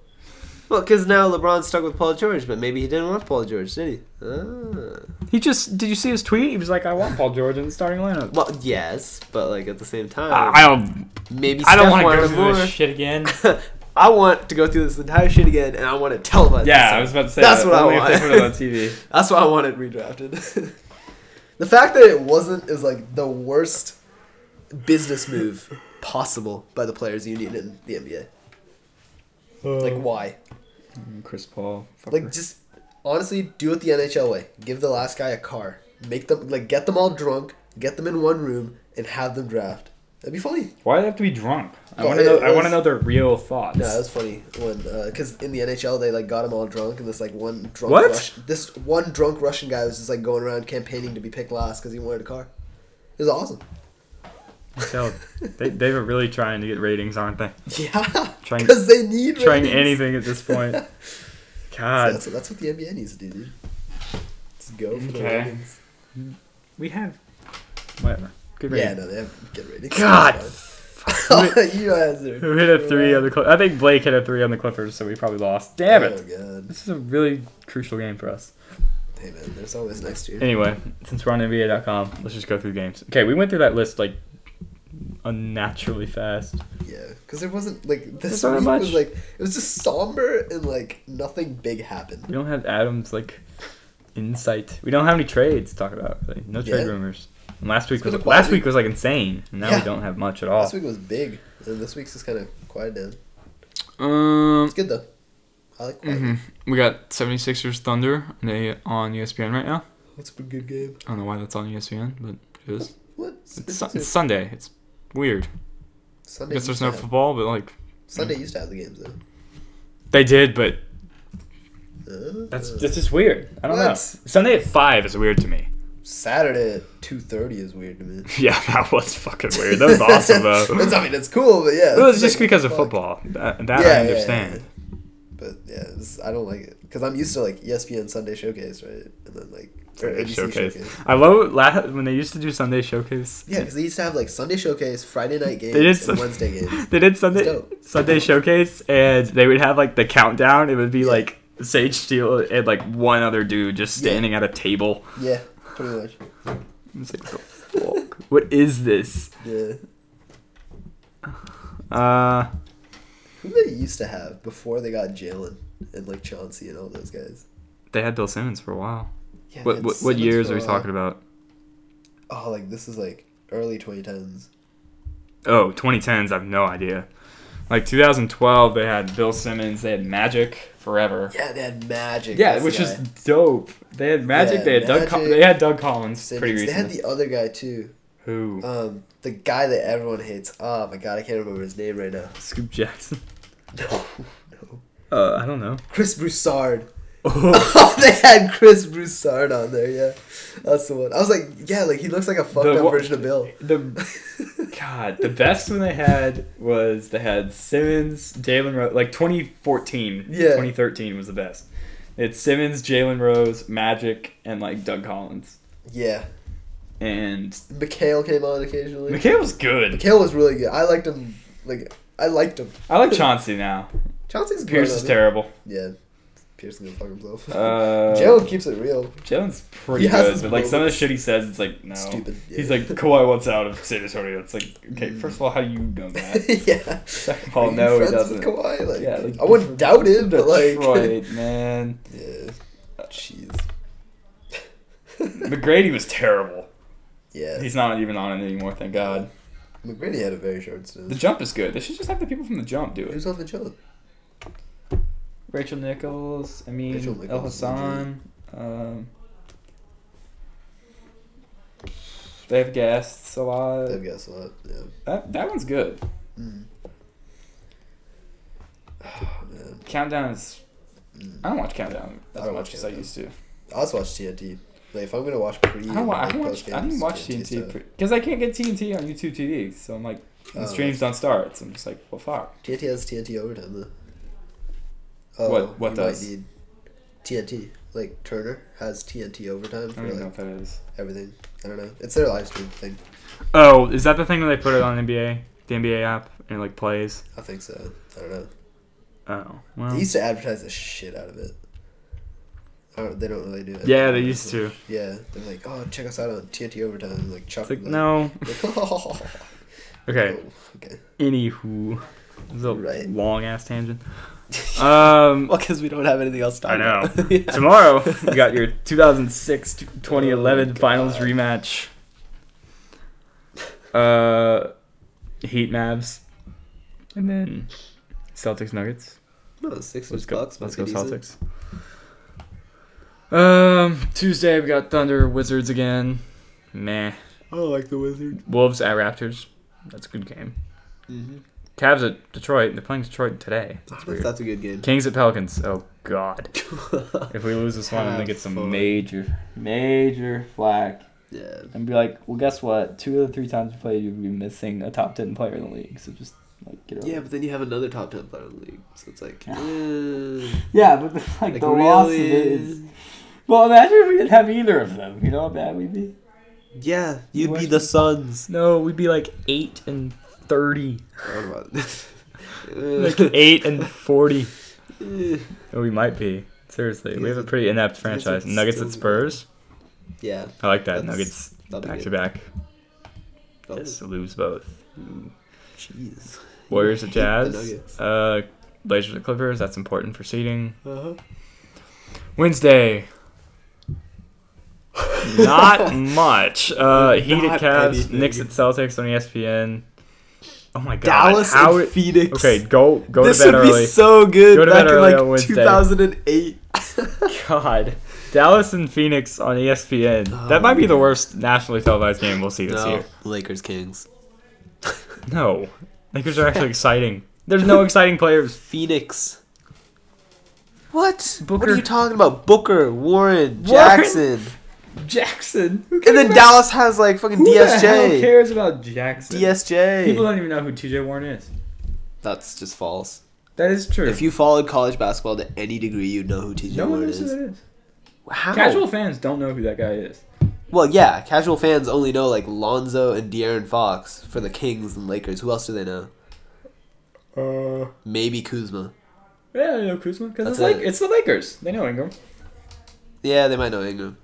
Speaker 2: Well, because now LeBron's stuck with Paul George, but maybe he didn't want Paul George, did he? Ah.
Speaker 1: He just did. You see his tweet? He was like, "I want Paul George in the starting lineup."
Speaker 2: Well, yes, but like at the same time,
Speaker 1: I I don't.
Speaker 2: maybe
Speaker 1: I don't
Speaker 2: Steph
Speaker 1: want to go
Speaker 2: wanted
Speaker 1: through
Speaker 2: more.
Speaker 1: this shit again.
Speaker 2: I want to go through this entire shit again, and I want to tell about
Speaker 1: Yeah, I was about to say
Speaker 2: That's
Speaker 1: that.
Speaker 2: what I
Speaker 1: Only
Speaker 2: want.
Speaker 1: If they put it on TV.
Speaker 2: That's why I wanted redrafted. the fact that it wasn't is like the worst business move possible by the players' union in the NBA. Like why?
Speaker 1: Chris Paul. fucker.
Speaker 2: Like just honestly, do it the NHL way. Give the last guy a car. Make them like get them all drunk. Get them in one room and have them draft. That'd be funny.
Speaker 1: Why do they have to be drunk? I
Speaker 2: Well,
Speaker 1: want to know.
Speaker 2: it
Speaker 1: I want to
Speaker 2: was-
Speaker 1: know their real thoughts.
Speaker 2: No, that was funny when because in the NHL they like got them all drunk and this like one drunk
Speaker 1: What?
Speaker 2: Rush, this one drunk Russian guy was just like going around campaigning to be picked last because he wanted a car. It was awesome.
Speaker 1: So, they they were really trying to get ratings, aren't they?
Speaker 2: Yeah,
Speaker 1: Trying-
Speaker 2: because they need
Speaker 1: Trying
Speaker 2: ratings.
Speaker 1: anything at this point.
Speaker 2: So
Speaker 1: God,
Speaker 2: that's, that's what the NBA needs to do, dude. Let's go for the
Speaker 1: Okay.
Speaker 2: ratings.
Speaker 1: we have whatever. Good
Speaker 2: Yeah,
Speaker 1: rating.
Speaker 2: no, they have good ratings.
Speaker 1: God,
Speaker 2: you guys are.
Speaker 1: Who hit a three on the? Cl- I think Blake hit a three on the Clippers, so we probably lost. Damn it!
Speaker 2: Oh god,
Speaker 1: This is a really crucial game for us.
Speaker 2: hey man, there's always next year.
Speaker 1: Anyway, since we're on NBA.com, let's just go through games. Okay, we went through that list like unnaturally fast.
Speaker 2: Yeah, because there wasn't like this
Speaker 1: There's not
Speaker 2: week
Speaker 1: much.
Speaker 2: was like it was just somber and like nothing big happened.
Speaker 1: We don't have Adams like insight. We don't have any trades to talk about. Really. No trade
Speaker 2: Yeah.
Speaker 1: rumors. And last week
Speaker 2: been
Speaker 1: was
Speaker 2: a quiet
Speaker 1: last
Speaker 2: week.
Speaker 1: week was like insane. And now
Speaker 2: Yeah.
Speaker 1: we don't have much at all.
Speaker 2: Last week was big, and this week's just kind of quiet down.
Speaker 1: Um,
Speaker 2: It's good though. I like quiet.
Speaker 1: Mm-hmm. we got 76ers Thunder and they on E ESPN right now.
Speaker 2: That's a good game.
Speaker 1: I don't know why that's on E ESPN, but it is.
Speaker 2: What?
Speaker 1: Sunday. It's weird.
Speaker 2: Sunday. used to have-
Speaker 1: football, but like
Speaker 2: Sunday used to have the games though.
Speaker 1: they did, but
Speaker 2: Uh,
Speaker 1: that's
Speaker 2: uh,
Speaker 1: that's just weird. I don't know.
Speaker 2: What?
Speaker 1: Sunday at five is weird to me.
Speaker 2: Saturday at two thirty is weird to me.
Speaker 1: Yeah, that was fucking weird. That was awesome though.
Speaker 2: It's- I mean, it's cool, but yeah.
Speaker 1: It was
Speaker 2: it's
Speaker 1: just
Speaker 2: like,
Speaker 1: because of
Speaker 2: fuck.
Speaker 1: football. That, that
Speaker 2: Yeah, yeah,
Speaker 1: I
Speaker 2: yeah,
Speaker 1: understand.
Speaker 2: But yeah, it's, I don't like it because I'm used to like E ESPN Sunday Showcase, right? And then like or
Speaker 1: Sunday
Speaker 2: ABC
Speaker 1: showcase.
Speaker 2: Showcase.
Speaker 1: I love la- when they used to do Sunday showcase.
Speaker 2: Yeah, because they used to have like Sunday Showcase, Friday night games,
Speaker 1: They did
Speaker 2: and
Speaker 1: some-
Speaker 2: Wednesday games.
Speaker 1: They did Sunday
Speaker 2: dope.
Speaker 1: Sunday showcase, and they would have like the countdown. It would be like Sage Steele and like one other dude just
Speaker 2: Yeah.
Speaker 1: standing at a table.
Speaker 2: Yeah, pretty much.
Speaker 1: It's like, "The fuck? what is this?
Speaker 2: Yeah.
Speaker 1: Uh,
Speaker 2: Who they used to have before they got Jalen and like Chauncey and all those guys?
Speaker 1: they had Bill Simmons for a while.
Speaker 2: Yeah,
Speaker 1: What what, what years are we talking about?
Speaker 2: about? Oh, like this is like early 2010s.
Speaker 1: Oh, 2010s. I have no idea. Like 2012, they had Bill Simmons. They had Magic forever.
Speaker 2: Yeah, they had Magic.
Speaker 1: Yeah,
Speaker 2: as
Speaker 1: which
Speaker 2: the
Speaker 1: is
Speaker 2: guy.
Speaker 1: dope. They had Magic.
Speaker 2: Yeah,
Speaker 1: they had Doug. Co-
Speaker 2: Magic,
Speaker 1: they had Doug Collins.
Speaker 2: Simmons.
Speaker 1: Pretty
Speaker 2: They had
Speaker 1: recently.
Speaker 2: the other guy too.
Speaker 1: Who?
Speaker 2: Um, the guy that everyone hates. Oh my god, I can't remember his name right now.
Speaker 1: Scoop Jackson.
Speaker 2: No, no.
Speaker 1: Uh, I don't know.
Speaker 2: Chris Broussard.
Speaker 1: Oh,
Speaker 2: Oh, they had Chris Broussard on there. Yeah, that's the one. I was like, yeah, like he looks like a fucked
Speaker 1: The
Speaker 2: up
Speaker 1: wa-
Speaker 2: version of Bill.
Speaker 1: the God, the best one they had was they had Simmons, Jalen Rose, like 2014,
Speaker 2: Yeah.
Speaker 1: 2013 was the best. They had Simmons, Jalen Rose, Magic, and like Doug Collins.
Speaker 2: Yeah.
Speaker 1: And
Speaker 2: Mikhail came on occasionally.
Speaker 1: McHale was good.
Speaker 2: Mikhail was really good. I liked him. Like I liked him.
Speaker 1: I like Chauncey now.
Speaker 2: Chauncey's good.
Speaker 1: Pierce
Speaker 2: though.
Speaker 1: is terrible.
Speaker 2: Yeah. Pierce can go fuck himself.
Speaker 1: Uh,
Speaker 2: Jalen keeps it real.
Speaker 1: Jalen's pretty
Speaker 2: He has
Speaker 1: good,
Speaker 2: his
Speaker 1: but like some of the
Speaker 2: moments.
Speaker 1: shit he says, it's like no.
Speaker 2: Stupid. Mm.
Speaker 1: He's
Speaker 2: yeah.
Speaker 1: like Kawhi wants out of San Antonio. It's like okay, first of all, how do you know that?
Speaker 2: yeah.
Speaker 1: Second of all,
Speaker 2: Are you
Speaker 1: no, he
Speaker 2: friends
Speaker 1: doesn't.
Speaker 2: with Kawhi? Like,
Speaker 1: Yeah, like-
Speaker 2: I wouldn't doubt it, but like.
Speaker 1: Detroit, man.
Speaker 2: yeah. Jeez.
Speaker 1: McGrady was terrible.
Speaker 2: yeah.
Speaker 1: He's not even on it anymore, thank God.
Speaker 2: McGrady had a very short
Speaker 1: The
Speaker 2: stint.
Speaker 1: jump is good. They should just have the people from the jump do it.
Speaker 2: Who's on the jump?
Speaker 1: Rachel Nichols, I mean
Speaker 2: Rachel
Speaker 1: El
Speaker 2: Nichols,
Speaker 1: Hassan. Um, they have guests a lot.
Speaker 2: I guess what? Yeah.
Speaker 1: That that one's good.
Speaker 2: Mm. Man.
Speaker 1: Countdown is.
Speaker 2: Mm.
Speaker 1: I don't watch Countdown
Speaker 2: I
Speaker 1: as
Speaker 2: don't
Speaker 1: much
Speaker 2: watch
Speaker 1: as I
Speaker 2: Countdown.
Speaker 1: used to.
Speaker 2: I just watch TNT. Like if I'm gonna watch pre,
Speaker 1: I don't wa- I
Speaker 2: and,
Speaker 1: don't
Speaker 2: like,
Speaker 1: watch. I didn't
Speaker 2: post-games,
Speaker 1: watch TNT
Speaker 2: stuff.
Speaker 1: because I can't get TNT on YouTube TV. So I'm like, the
Speaker 2: Oh.
Speaker 1: streams don't start. So I'm just like, well, fuck.
Speaker 2: TNT has TNT overtime though.
Speaker 1: What- what
Speaker 2: Oh, you
Speaker 1: does?
Speaker 2: Might need TNT. Like Turner has TNT overtime
Speaker 1: I don't
Speaker 2: for
Speaker 1: even know
Speaker 2: like
Speaker 1: if that is.
Speaker 2: everything. I don't know. It's their live stream thing.
Speaker 1: Oh, is that the thing where they put it on NBA, the NBA app, and it like plays?
Speaker 2: I think so. I don't know.
Speaker 1: Oh,
Speaker 2: They
Speaker 1: well.
Speaker 2: used to advertise the shit out of it. I don't, they don't really do it.
Speaker 1: Yeah, they used to.
Speaker 2: Yeah, they're like, oh, check us out on TNT overtime. Like,
Speaker 1: It's
Speaker 2: chuck.
Speaker 1: like
Speaker 2: them.
Speaker 1: no.
Speaker 2: Like, oh,
Speaker 1: Okay.
Speaker 2: okay.
Speaker 1: Anywho, This is a
Speaker 2: Right.
Speaker 1: long ass tangent. Um,
Speaker 2: Well, because we don't have anything else to talk
Speaker 1: I know.
Speaker 2: about. Yeah.
Speaker 1: Tomorrow you got your 2006 to 2011
Speaker 2: Oh, God.
Speaker 1: finals rematch. Uh, Heat Mavs, and then Celtics Nuggets.
Speaker 2: Oh, Sixers
Speaker 1: Let's go.
Speaker 2: Bucks
Speaker 1: Let's go
Speaker 2: must be decent.
Speaker 1: Celtics. Um, Tuesday we got Thunder Wizards again. Meh.
Speaker 2: I like the Wizards.
Speaker 1: Wolves at Raptors. That's a good game.
Speaker 2: Mm-hmm.
Speaker 1: Cavs at Detroit. They're playing Detroit today. That's weird.
Speaker 2: That's a good game.
Speaker 1: Kings at Pelicans. Oh God. If we lose this one, I'm gonna
Speaker 2: Have
Speaker 1: get some
Speaker 2: fun.
Speaker 1: major, major flack
Speaker 2: yeah.
Speaker 1: and be like, well, guess what? Two of the three times we played, you'll be missing a top ten player in the league. So just like get
Speaker 2: Yeah, but then you have another top ten player in the league, so it's like, eh.
Speaker 1: Yeah, but the, like,
Speaker 2: Like,
Speaker 1: the loss of it is.
Speaker 2: really?
Speaker 1: Well, imagine if we didn't have either of them. You know how bad we'd be.
Speaker 2: yeah,
Speaker 1: You
Speaker 2: you'd be
Speaker 1: watch
Speaker 2: the
Speaker 1: the-
Speaker 2: Suns.
Speaker 1: No, we'd be like eight and thirty,
Speaker 2: like
Speaker 1: like eight and forty. Oh,
Speaker 2: Eh.
Speaker 1: We might be seriously. We have a pretty inept
Speaker 2: Nuggets
Speaker 1: franchise.
Speaker 2: would
Speaker 1: Nuggets
Speaker 2: still
Speaker 1: at
Speaker 2: be-
Speaker 1: Spurs.
Speaker 2: yeah,
Speaker 1: I like that.
Speaker 2: That's-
Speaker 1: Nuggets
Speaker 2: that'll be
Speaker 1: back
Speaker 2: good.
Speaker 1: to back.
Speaker 2: That'll be-
Speaker 1: Just lose both.
Speaker 2: Jeez.
Speaker 1: Warriors at
Speaker 2: Hate the
Speaker 1: Jazz.
Speaker 2: Nuggets.
Speaker 1: Uh, Blazers at Clippers. That's important for seeding.
Speaker 2: Uh-huh.
Speaker 1: Wednesday. Not much. Uh, Heat at
Speaker 2: Not
Speaker 1: Cavs,
Speaker 2: anything.
Speaker 1: Knicks at Celtics on E ESPN. Oh my god!
Speaker 2: Dallas
Speaker 1: how
Speaker 2: and
Speaker 1: it-
Speaker 2: Phoenix.
Speaker 1: okay, go go
Speaker 2: this
Speaker 1: to bed
Speaker 2: would
Speaker 1: early.
Speaker 2: be so good
Speaker 1: Go to
Speaker 2: back
Speaker 1: bed
Speaker 2: in
Speaker 1: early
Speaker 2: like
Speaker 1: on Wednesday.
Speaker 2: 2008.
Speaker 1: God, Dallas and Phoenix on E ESPN. that
Speaker 2: Oh,
Speaker 1: might be the
Speaker 2: man.
Speaker 1: worst nationally televised game we'll see this year.
Speaker 2: Lakers Kings.
Speaker 1: No, Lakers are actually exciting. There's no exciting players.
Speaker 2: Phoenix. What? What
Speaker 1: Booker.
Speaker 2: are you talking about? Booker, Warren,
Speaker 1: Warren?
Speaker 2: Jackson.
Speaker 1: Jackson. Who
Speaker 2: And then Dallas has like fucking DSJ.
Speaker 1: cares about Jackson?
Speaker 2: DSJ.
Speaker 1: don't even know who TJ Warren is.
Speaker 2: That's just false.
Speaker 1: That is true.
Speaker 2: If you followed college basketball to any degree, you'd know who TJ Warren is.
Speaker 1: is.
Speaker 2: How?
Speaker 1: fans don't know who that guy is.
Speaker 2: Well, yeah, casual fans only know like Lonzo and De'Aaron Fox for the Kings and Lakers. Who else do they know?
Speaker 1: Uh,
Speaker 2: Maybe Kuzma.
Speaker 1: yeah, I know Kuzma because
Speaker 2: That's it.
Speaker 1: it's the Lakers. They know Ingram.
Speaker 2: Yeah, they might know Ingram.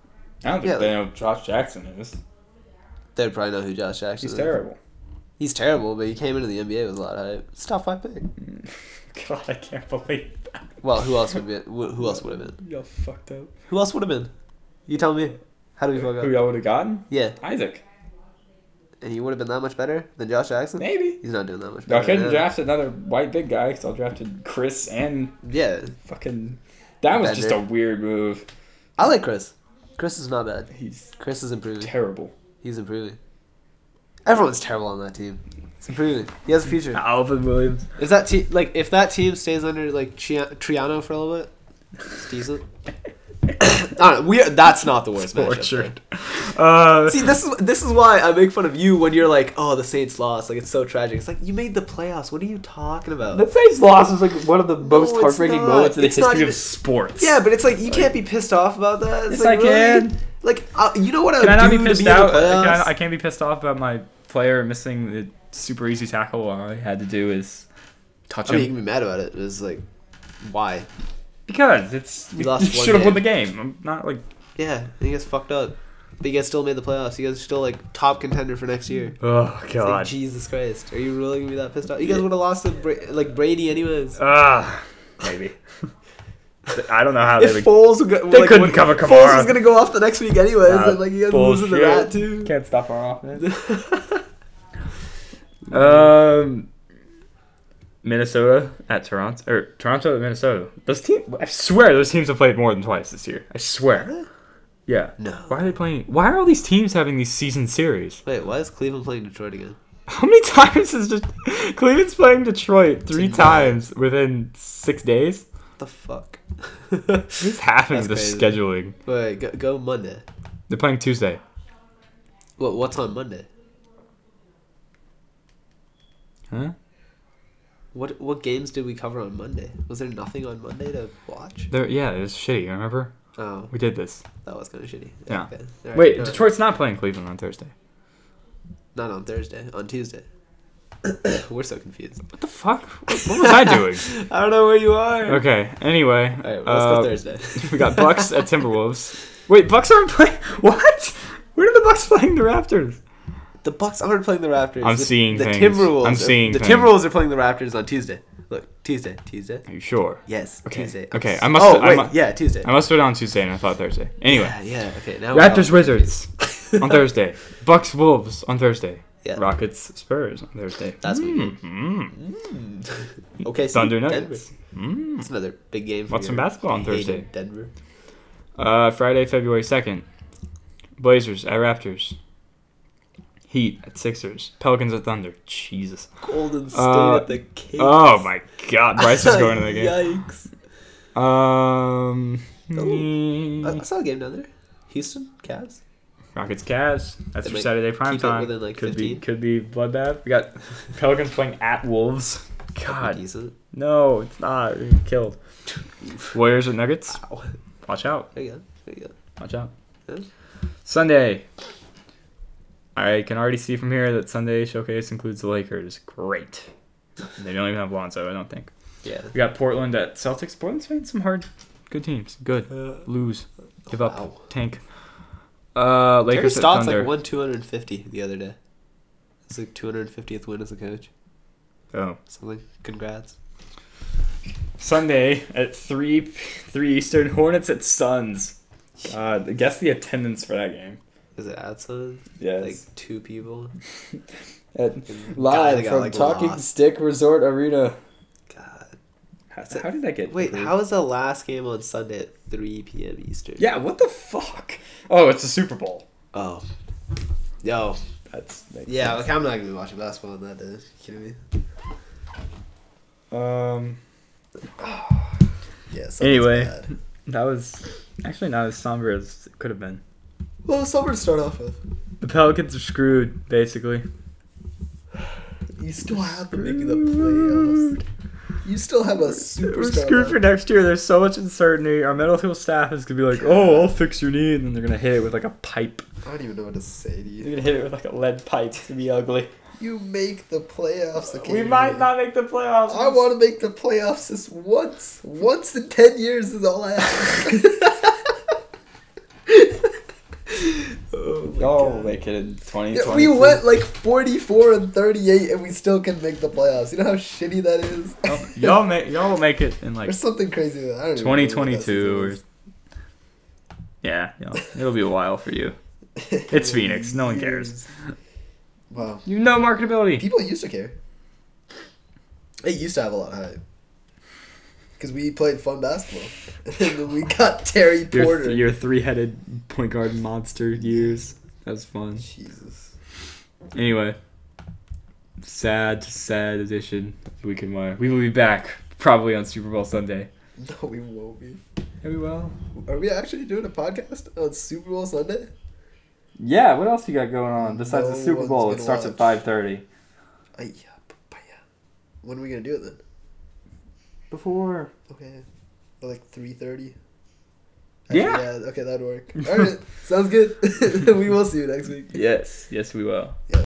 Speaker 1: I don't
Speaker 2: think Yeah. they
Speaker 1: know Josh Jackson is.
Speaker 2: They'd probably know who Josh Jackson is. He's terrible, but he came into the NBA with a lot of hype. It's a top five pick.
Speaker 1: God, I can't believe that.
Speaker 2: Well, who else would be? wh- Who else would have been?
Speaker 1: Y'all fucked up.
Speaker 2: Who else would have been? You tell me. How do we fuck
Speaker 1: Who
Speaker 2: up?
Speaker 1: y'all would have gotten?
Speaker 2: Yeah,
Speaker 1: Isaac,
Speaker 2: and he would have been that much better than Josh Jackson.
Speaker 1: maybe.
Speaker 2: He's not doing that much
Speaker 1: Y'all
Speaker 2: better.
Speaker 1: couldn't
Speaker 2: now.
Speaker 1: draft another white big guy because y'all drafted Chris and
Speaker 2: Yeah,
Speaker 1: fucking. That was just a
Speaker 2: Bender.
Speaker 1: weird move.
Speaker 2: I like Chris. Chris is not bad.
Speaker 1: He's
Speaker 2: Chris is improving.
Speaker 1: terrible.
Speaker 2: He's improving. Everyone's terrible on that team. It's improving. He has a future.
Speaker 1: Alvin Williams.
Speaker 2: Is that te- like if that team stays under like Chia- Triano for a little bit, it's decent. I don't know, we that's not the worst matchup.
Speaker 1: Tortured. Uh,
Speaker 2: See, this is this is why I make fun of you when you're like, "Oh, the Saints lost. Like it's so tragic." It's like you made the playoffs. What are you talking about?
Speaker 3: The Saints loss is like one of the most
Speaker 2: it's
Speaker 3: heartbreaking
Speaker 2: not.
Speaker 3: moments in the
Speaker 2: It's not
Speaker 3: history
Speaker 2: even-
Speaker 3: of sports.
Speaker 2: yeah, but it's like you can't be pissed off about that. It's
Speaker 1: Yes,
Speaker 2: like,
Speaker 1: I
Speaker 2: really?
Speaker 1: can.
Speaker 2: Like uh, you know what I
Speaker 1: Can I
Speaker 2: would
Speaker 1: not
Speaker 2: do
Speaker 1: be pissed
Speaker 2: to be
Speaker 1: out?
Speaker 2: in the playoffs?
Speaker 1: Can I, I can't be pissed off about my player missing the super easy tackle. All I had to do is touch
Speaker 2: I
Speaker 1: him
Speaker 2: mean, you can be mad about it. It's like, why?
Speaker 1: because it's
Speaker 2: You
Speaker 1: you,
Speaker 2: lost one
Speaker 1: should have won the
Speaker 2: game.
Speaker 1: game. I'm not like
Speaker 2: Yeah, and you guys fucked up, but you guys still made the playoffs. You guys are still like top contender for next year.
Speaker 1: oh
Speaker 2: It's like, Jesus Christ, are you really gonna be that pissed off? You guys would have lost to Bra- like Brady anyways.
Speaker 1: ah maybe I don't know how
Speaker 2: if Foles would go,
Speaker 1: Oh, They
Speaker 2: like,
Speaker 1: couldn't
Speaker 2: would-
Speaker 1: cover
Speaker 2: Foles
Speaker 1: Kamara.
Speaker 2: is gonna go off the next week anyways,
Speaker 1: Nah,
Speaker 2: and like you guys losing to
Speaker 1: bullshit.
Speaker 2: that too.
Speaker 1: can't stop our offense. Um, Minnesota at Toronto or Toronto at Minnesota. Those team, I swear, those teams have played more than twice this year. I swear. Yeah.
Speaker 2: No.
Speaker 1: Why are they playing? Why are all these teams having these season series?
Speaker 2: Wait, why is Cleveland playing Detroit again?
Speaker 1: How many times is just Cleveland's playing Detroit three
Speaker 2: Tonight.
Speaker 1: times within six days?
Speaker 2: What the fuck?
Speaker 1: What's happening with the
Speaker 2: That's crazy.
Speaker 1: scheduling?
Speaker 2: Wait, go, go Monday.
Speaker 1: They're playing Tuesday.
Speaker 2: What? What's on Monday?
Speaker 1: Huh?
Speaker 2: What what games did we cover on Monday? Was there nothing on Monday to watch?
Speaker 1: They're yeah, it was shitty. Remember
Speaker 2: Oh,
Speaker 1: we did this.
Speaker 2: that was kind of shitty.
Speaker 1: Yeah.
Speaker 2: okay. All right.
Speaker 1: Wait,
Speaker 2: No,
Speaker 1: Detroit's not playing Cleveland on Thursday.
Speaker 2: Not on Thursday. On Tuesday. We're so confused.
Speaker 1: What the fuck? What what was I doing?
Speaker 2: I don't know where you are.
Speaker 1: Okay. Anyway,
Speaker 2: All right,
Speaker 1: uh,
Speaker 2: well, let's go Thursday.
Speaker 1: we got Bucks at Timberwolves. Wait, Bucks aren't playing. What? Where are the Bucks playing the Raptors?
Speaker 2: The Bucks aren't playing the Raptors.
Speaker 1: I'm
Speaker 2: the,
Speaker 1: seeing
Speaker 2: the
Speaker 1: things.
Speaker 2: Timberwolves.
Speaker 1: I'm
Speaker 2: are-
Speaker 1: seeing
Speaker 2: the
Speaker 1: things.
Speaker 2: Timberwolves are playing the Raptors on Tuesday. Look, Tuesday, Tuesday.
Speaker 1: Are you sure?
Speaker 2: Yes,
Speaker 1: Okay,
Speaker 2: Tuesday.
Speaker 1: okay,
Speaker 2: s-
Speaker 1: I must-
Speaker 2: Oh
Speaker 1: I
Speaker 2: wait,
Speaker 1: mu-
Speaker 2: yeah, Tuesday.
Speaker 1: I must have been on Tuesday and I thought Thursday. Anyway,
Speaker 2: yeah, yeah. Okay, now we're
Speaker 1: Raptors
Speaker 2: out.
Speaker 1: Wizards on Thursday. Bucks Wolves on Thursday.
Speaker 2: Yeah.
Speaker 1: Rockets Spurs on Thursday.
Speaker 2: That's what we do.
Speaker 1: mm-hmm.
Speaker 2: Mm. Okay, so
Speaker 1: Thunder
Speaker 2: Denver.
Speaker 1: Nuggets. Mm.
Speaker 2: That's another big game. for
Speaker 1: Watch some
Speaker 2: your
Speaker 1: basketball on
Speaker 2: hated
Speaker 1: Thursday.
Speaker 2: Denver.
Speaker 1: Uh, Friday, February second. Blazers at Raptors. Heat at Sixers. Pelicans at Thunder. Jesus.
Speaker 2: Golden State
Speaker 1: Uh,
Speaker 2: at the Kings.
Speaker 1: Oh my God, Bryce is going to that game.
Speaker 2: Yikes!
Speaker 1: Um,
Speaker 2: I,
Speaker 1: mm,
Speaker 2: I saw a game down there. Houston Cavs.
Speaker 1: Rockets, Cavs. That's
Speaker 2: They
Speaker 1: your
Speaker 2: might
Speaker 1: Saturday prime
Speaker 2: keep it
Speaker 1: time.
Speaker 2: within, like,
Speaker 1: could
Speaker 2: 15.
Speaker 1: be could be bloodbath. We got Pelicans playing at Wolves.
Speaker 2: Pretty
Speaker 1: God,
Speaker 2: Decent.
Speaker 1: no, it's not. We're gonna get killed. Warriors or Nuggets?
Speaker 2: Ow.
Speaker 1: Watch out!
Speaker 2: There you go. There you go.
Speaker 1: Watch out!
Speaker 2: Yeah.
Speaker 1: Sunday. I can already see from here that Sunday showcase includes the Lakers. Great. They don't even have Lonzo, I don't think.
Speaker 2: Yeah.
Speaker 1: We got Portland at Celtics. Portland's made some hard, good teams. Good.
Speaker 2: Uh,
Speaker 1: Lose. Give up.
Speaker 2: Wow.
Speaker 1: Tank. Uh,
Speaker 2: Terry
Speaker 1: Lakers at
Speaker 2: Stotts
Speaker 1: Thunder.
Speaker 2: like won 250 the other day. It's like 250th win as a coach.
Speaker 1: oh.
Speaker 2: Something. Congrats.
Speaker 1: Sunday at three, three Eastern. Hornets at Suns. God, guess the attendance for that game.
Speaker 2: Is it Adson?
Speaker 1: Yes.
Speaker 2: Like two people.
Speaker 1: at,
Speaker 2: Guy that
Speaker 3: Live
Speaker 2: got,
Speaker 3: from
Speaker 2: like,
Speaker 3: Talking
Speaker 2: lost.
Speaker 3: Stick Resort Arena.
Speaker 2: God.
Speaker 1: how, how did that get?
Speaker 2: Wait,
Speaker 1: approved?
Speaker 2: how is the last game on Sunday at 3 p.m. Eastern?
Speaker 1: Yeah. What the fuck? Oh, it's the Super Bowl.
Speaker 2: Oh. Yo.
Speaker 1: That's
Speaker 2: Yeah, like I'm not gonna be watching basketball on that day. kidding me?
Speaker 1: Um.
Speaker 2: Yeah.
Speaker 1: Anyway. That was actually not as somber as it could have been.
Speaker 2: Well, summer to start off with.
Speaker 1: The Pelicans are screwed, basically.
Speaker 2: You still have them making the playoffs. You still have a superstar.
Speaker 1: We're screwed for next year. There's so much uncertainty. Our medical staff is gonna be like, "Oh, I'll fix your knee," and then they're gonna hit it with like a pipe.
Speaker 2: I don't even know what to say to
Speaker 1: They're
Speaker 2: you.
Speaker 1: gonna hit it with like a lead pipe. It's gonna be ugly.
Speaker 2: You make the playoffs.
Speaker 1: We might
Speaker 2: occasionally.
Speaker 1: not make the playoffs.
Speaker 2: I want to make the playoffs just once. Once in 10 years is all I ask. oh, my
Speaker 3: Oh,
Speaker 2: God.
Speaker 3: make it in 2020.
Speaker 2: Yeah, we went like 44 and 38 and we still can make the playoffs. You know how shitty that is?
Speaker 1: Oh, y'all make y'all will make it in like
Speaker 2: There's something crazy. That, I don't even know what that
Speaker 1: 2022 or
Speaker 2: season
Speaker 1: yeah. y'all- it'll be a while for you.
Speaker 2: is.
Speaker 1: It's Phoenix. No one cares.
Speaker 2: Wow.
Speaker 1: You know marketability.
Speaker 2: People used to care. They used to have a lot of hype. Because we played fun basketball. And then we got Terry
Speaker 1: Your,
Speaker 2: Porter.
Speaker 1: th- your three-headed point guard monster years. That was fun.
Speaker 2: Jesus.
Speaker 1: Anyway, sad, sad edition of Week in Wire. We will be back probably on Super Bowl Sunday.
Speaker 2: No, we won't be.
Speaker 1: Are we well?
Speaker 2: Are we actually doing a podcast on Super Bowl Sunday?
Speaker 1: Yeah, what else you got going on besides the
Speaker 2: No
Speaker 1: Super Bowl?
Speaker 2: one's
Speaker 1: It
Speaker 2: gonna
Speaker 1: starts at
Speaker 2: watch.
Speaker 1: five thirty.
Speaker 2: Ay, yeah, papaya. When are we gonna do it then?
Speaker 1: Before.
Speaker 2: Okay, like three thirty.
Speaker 1: Yeah.
Speaker 2: Okay, that'd work. All right, sounds good. we will see you next week.
Speaker 1: Yes. Yes, we will.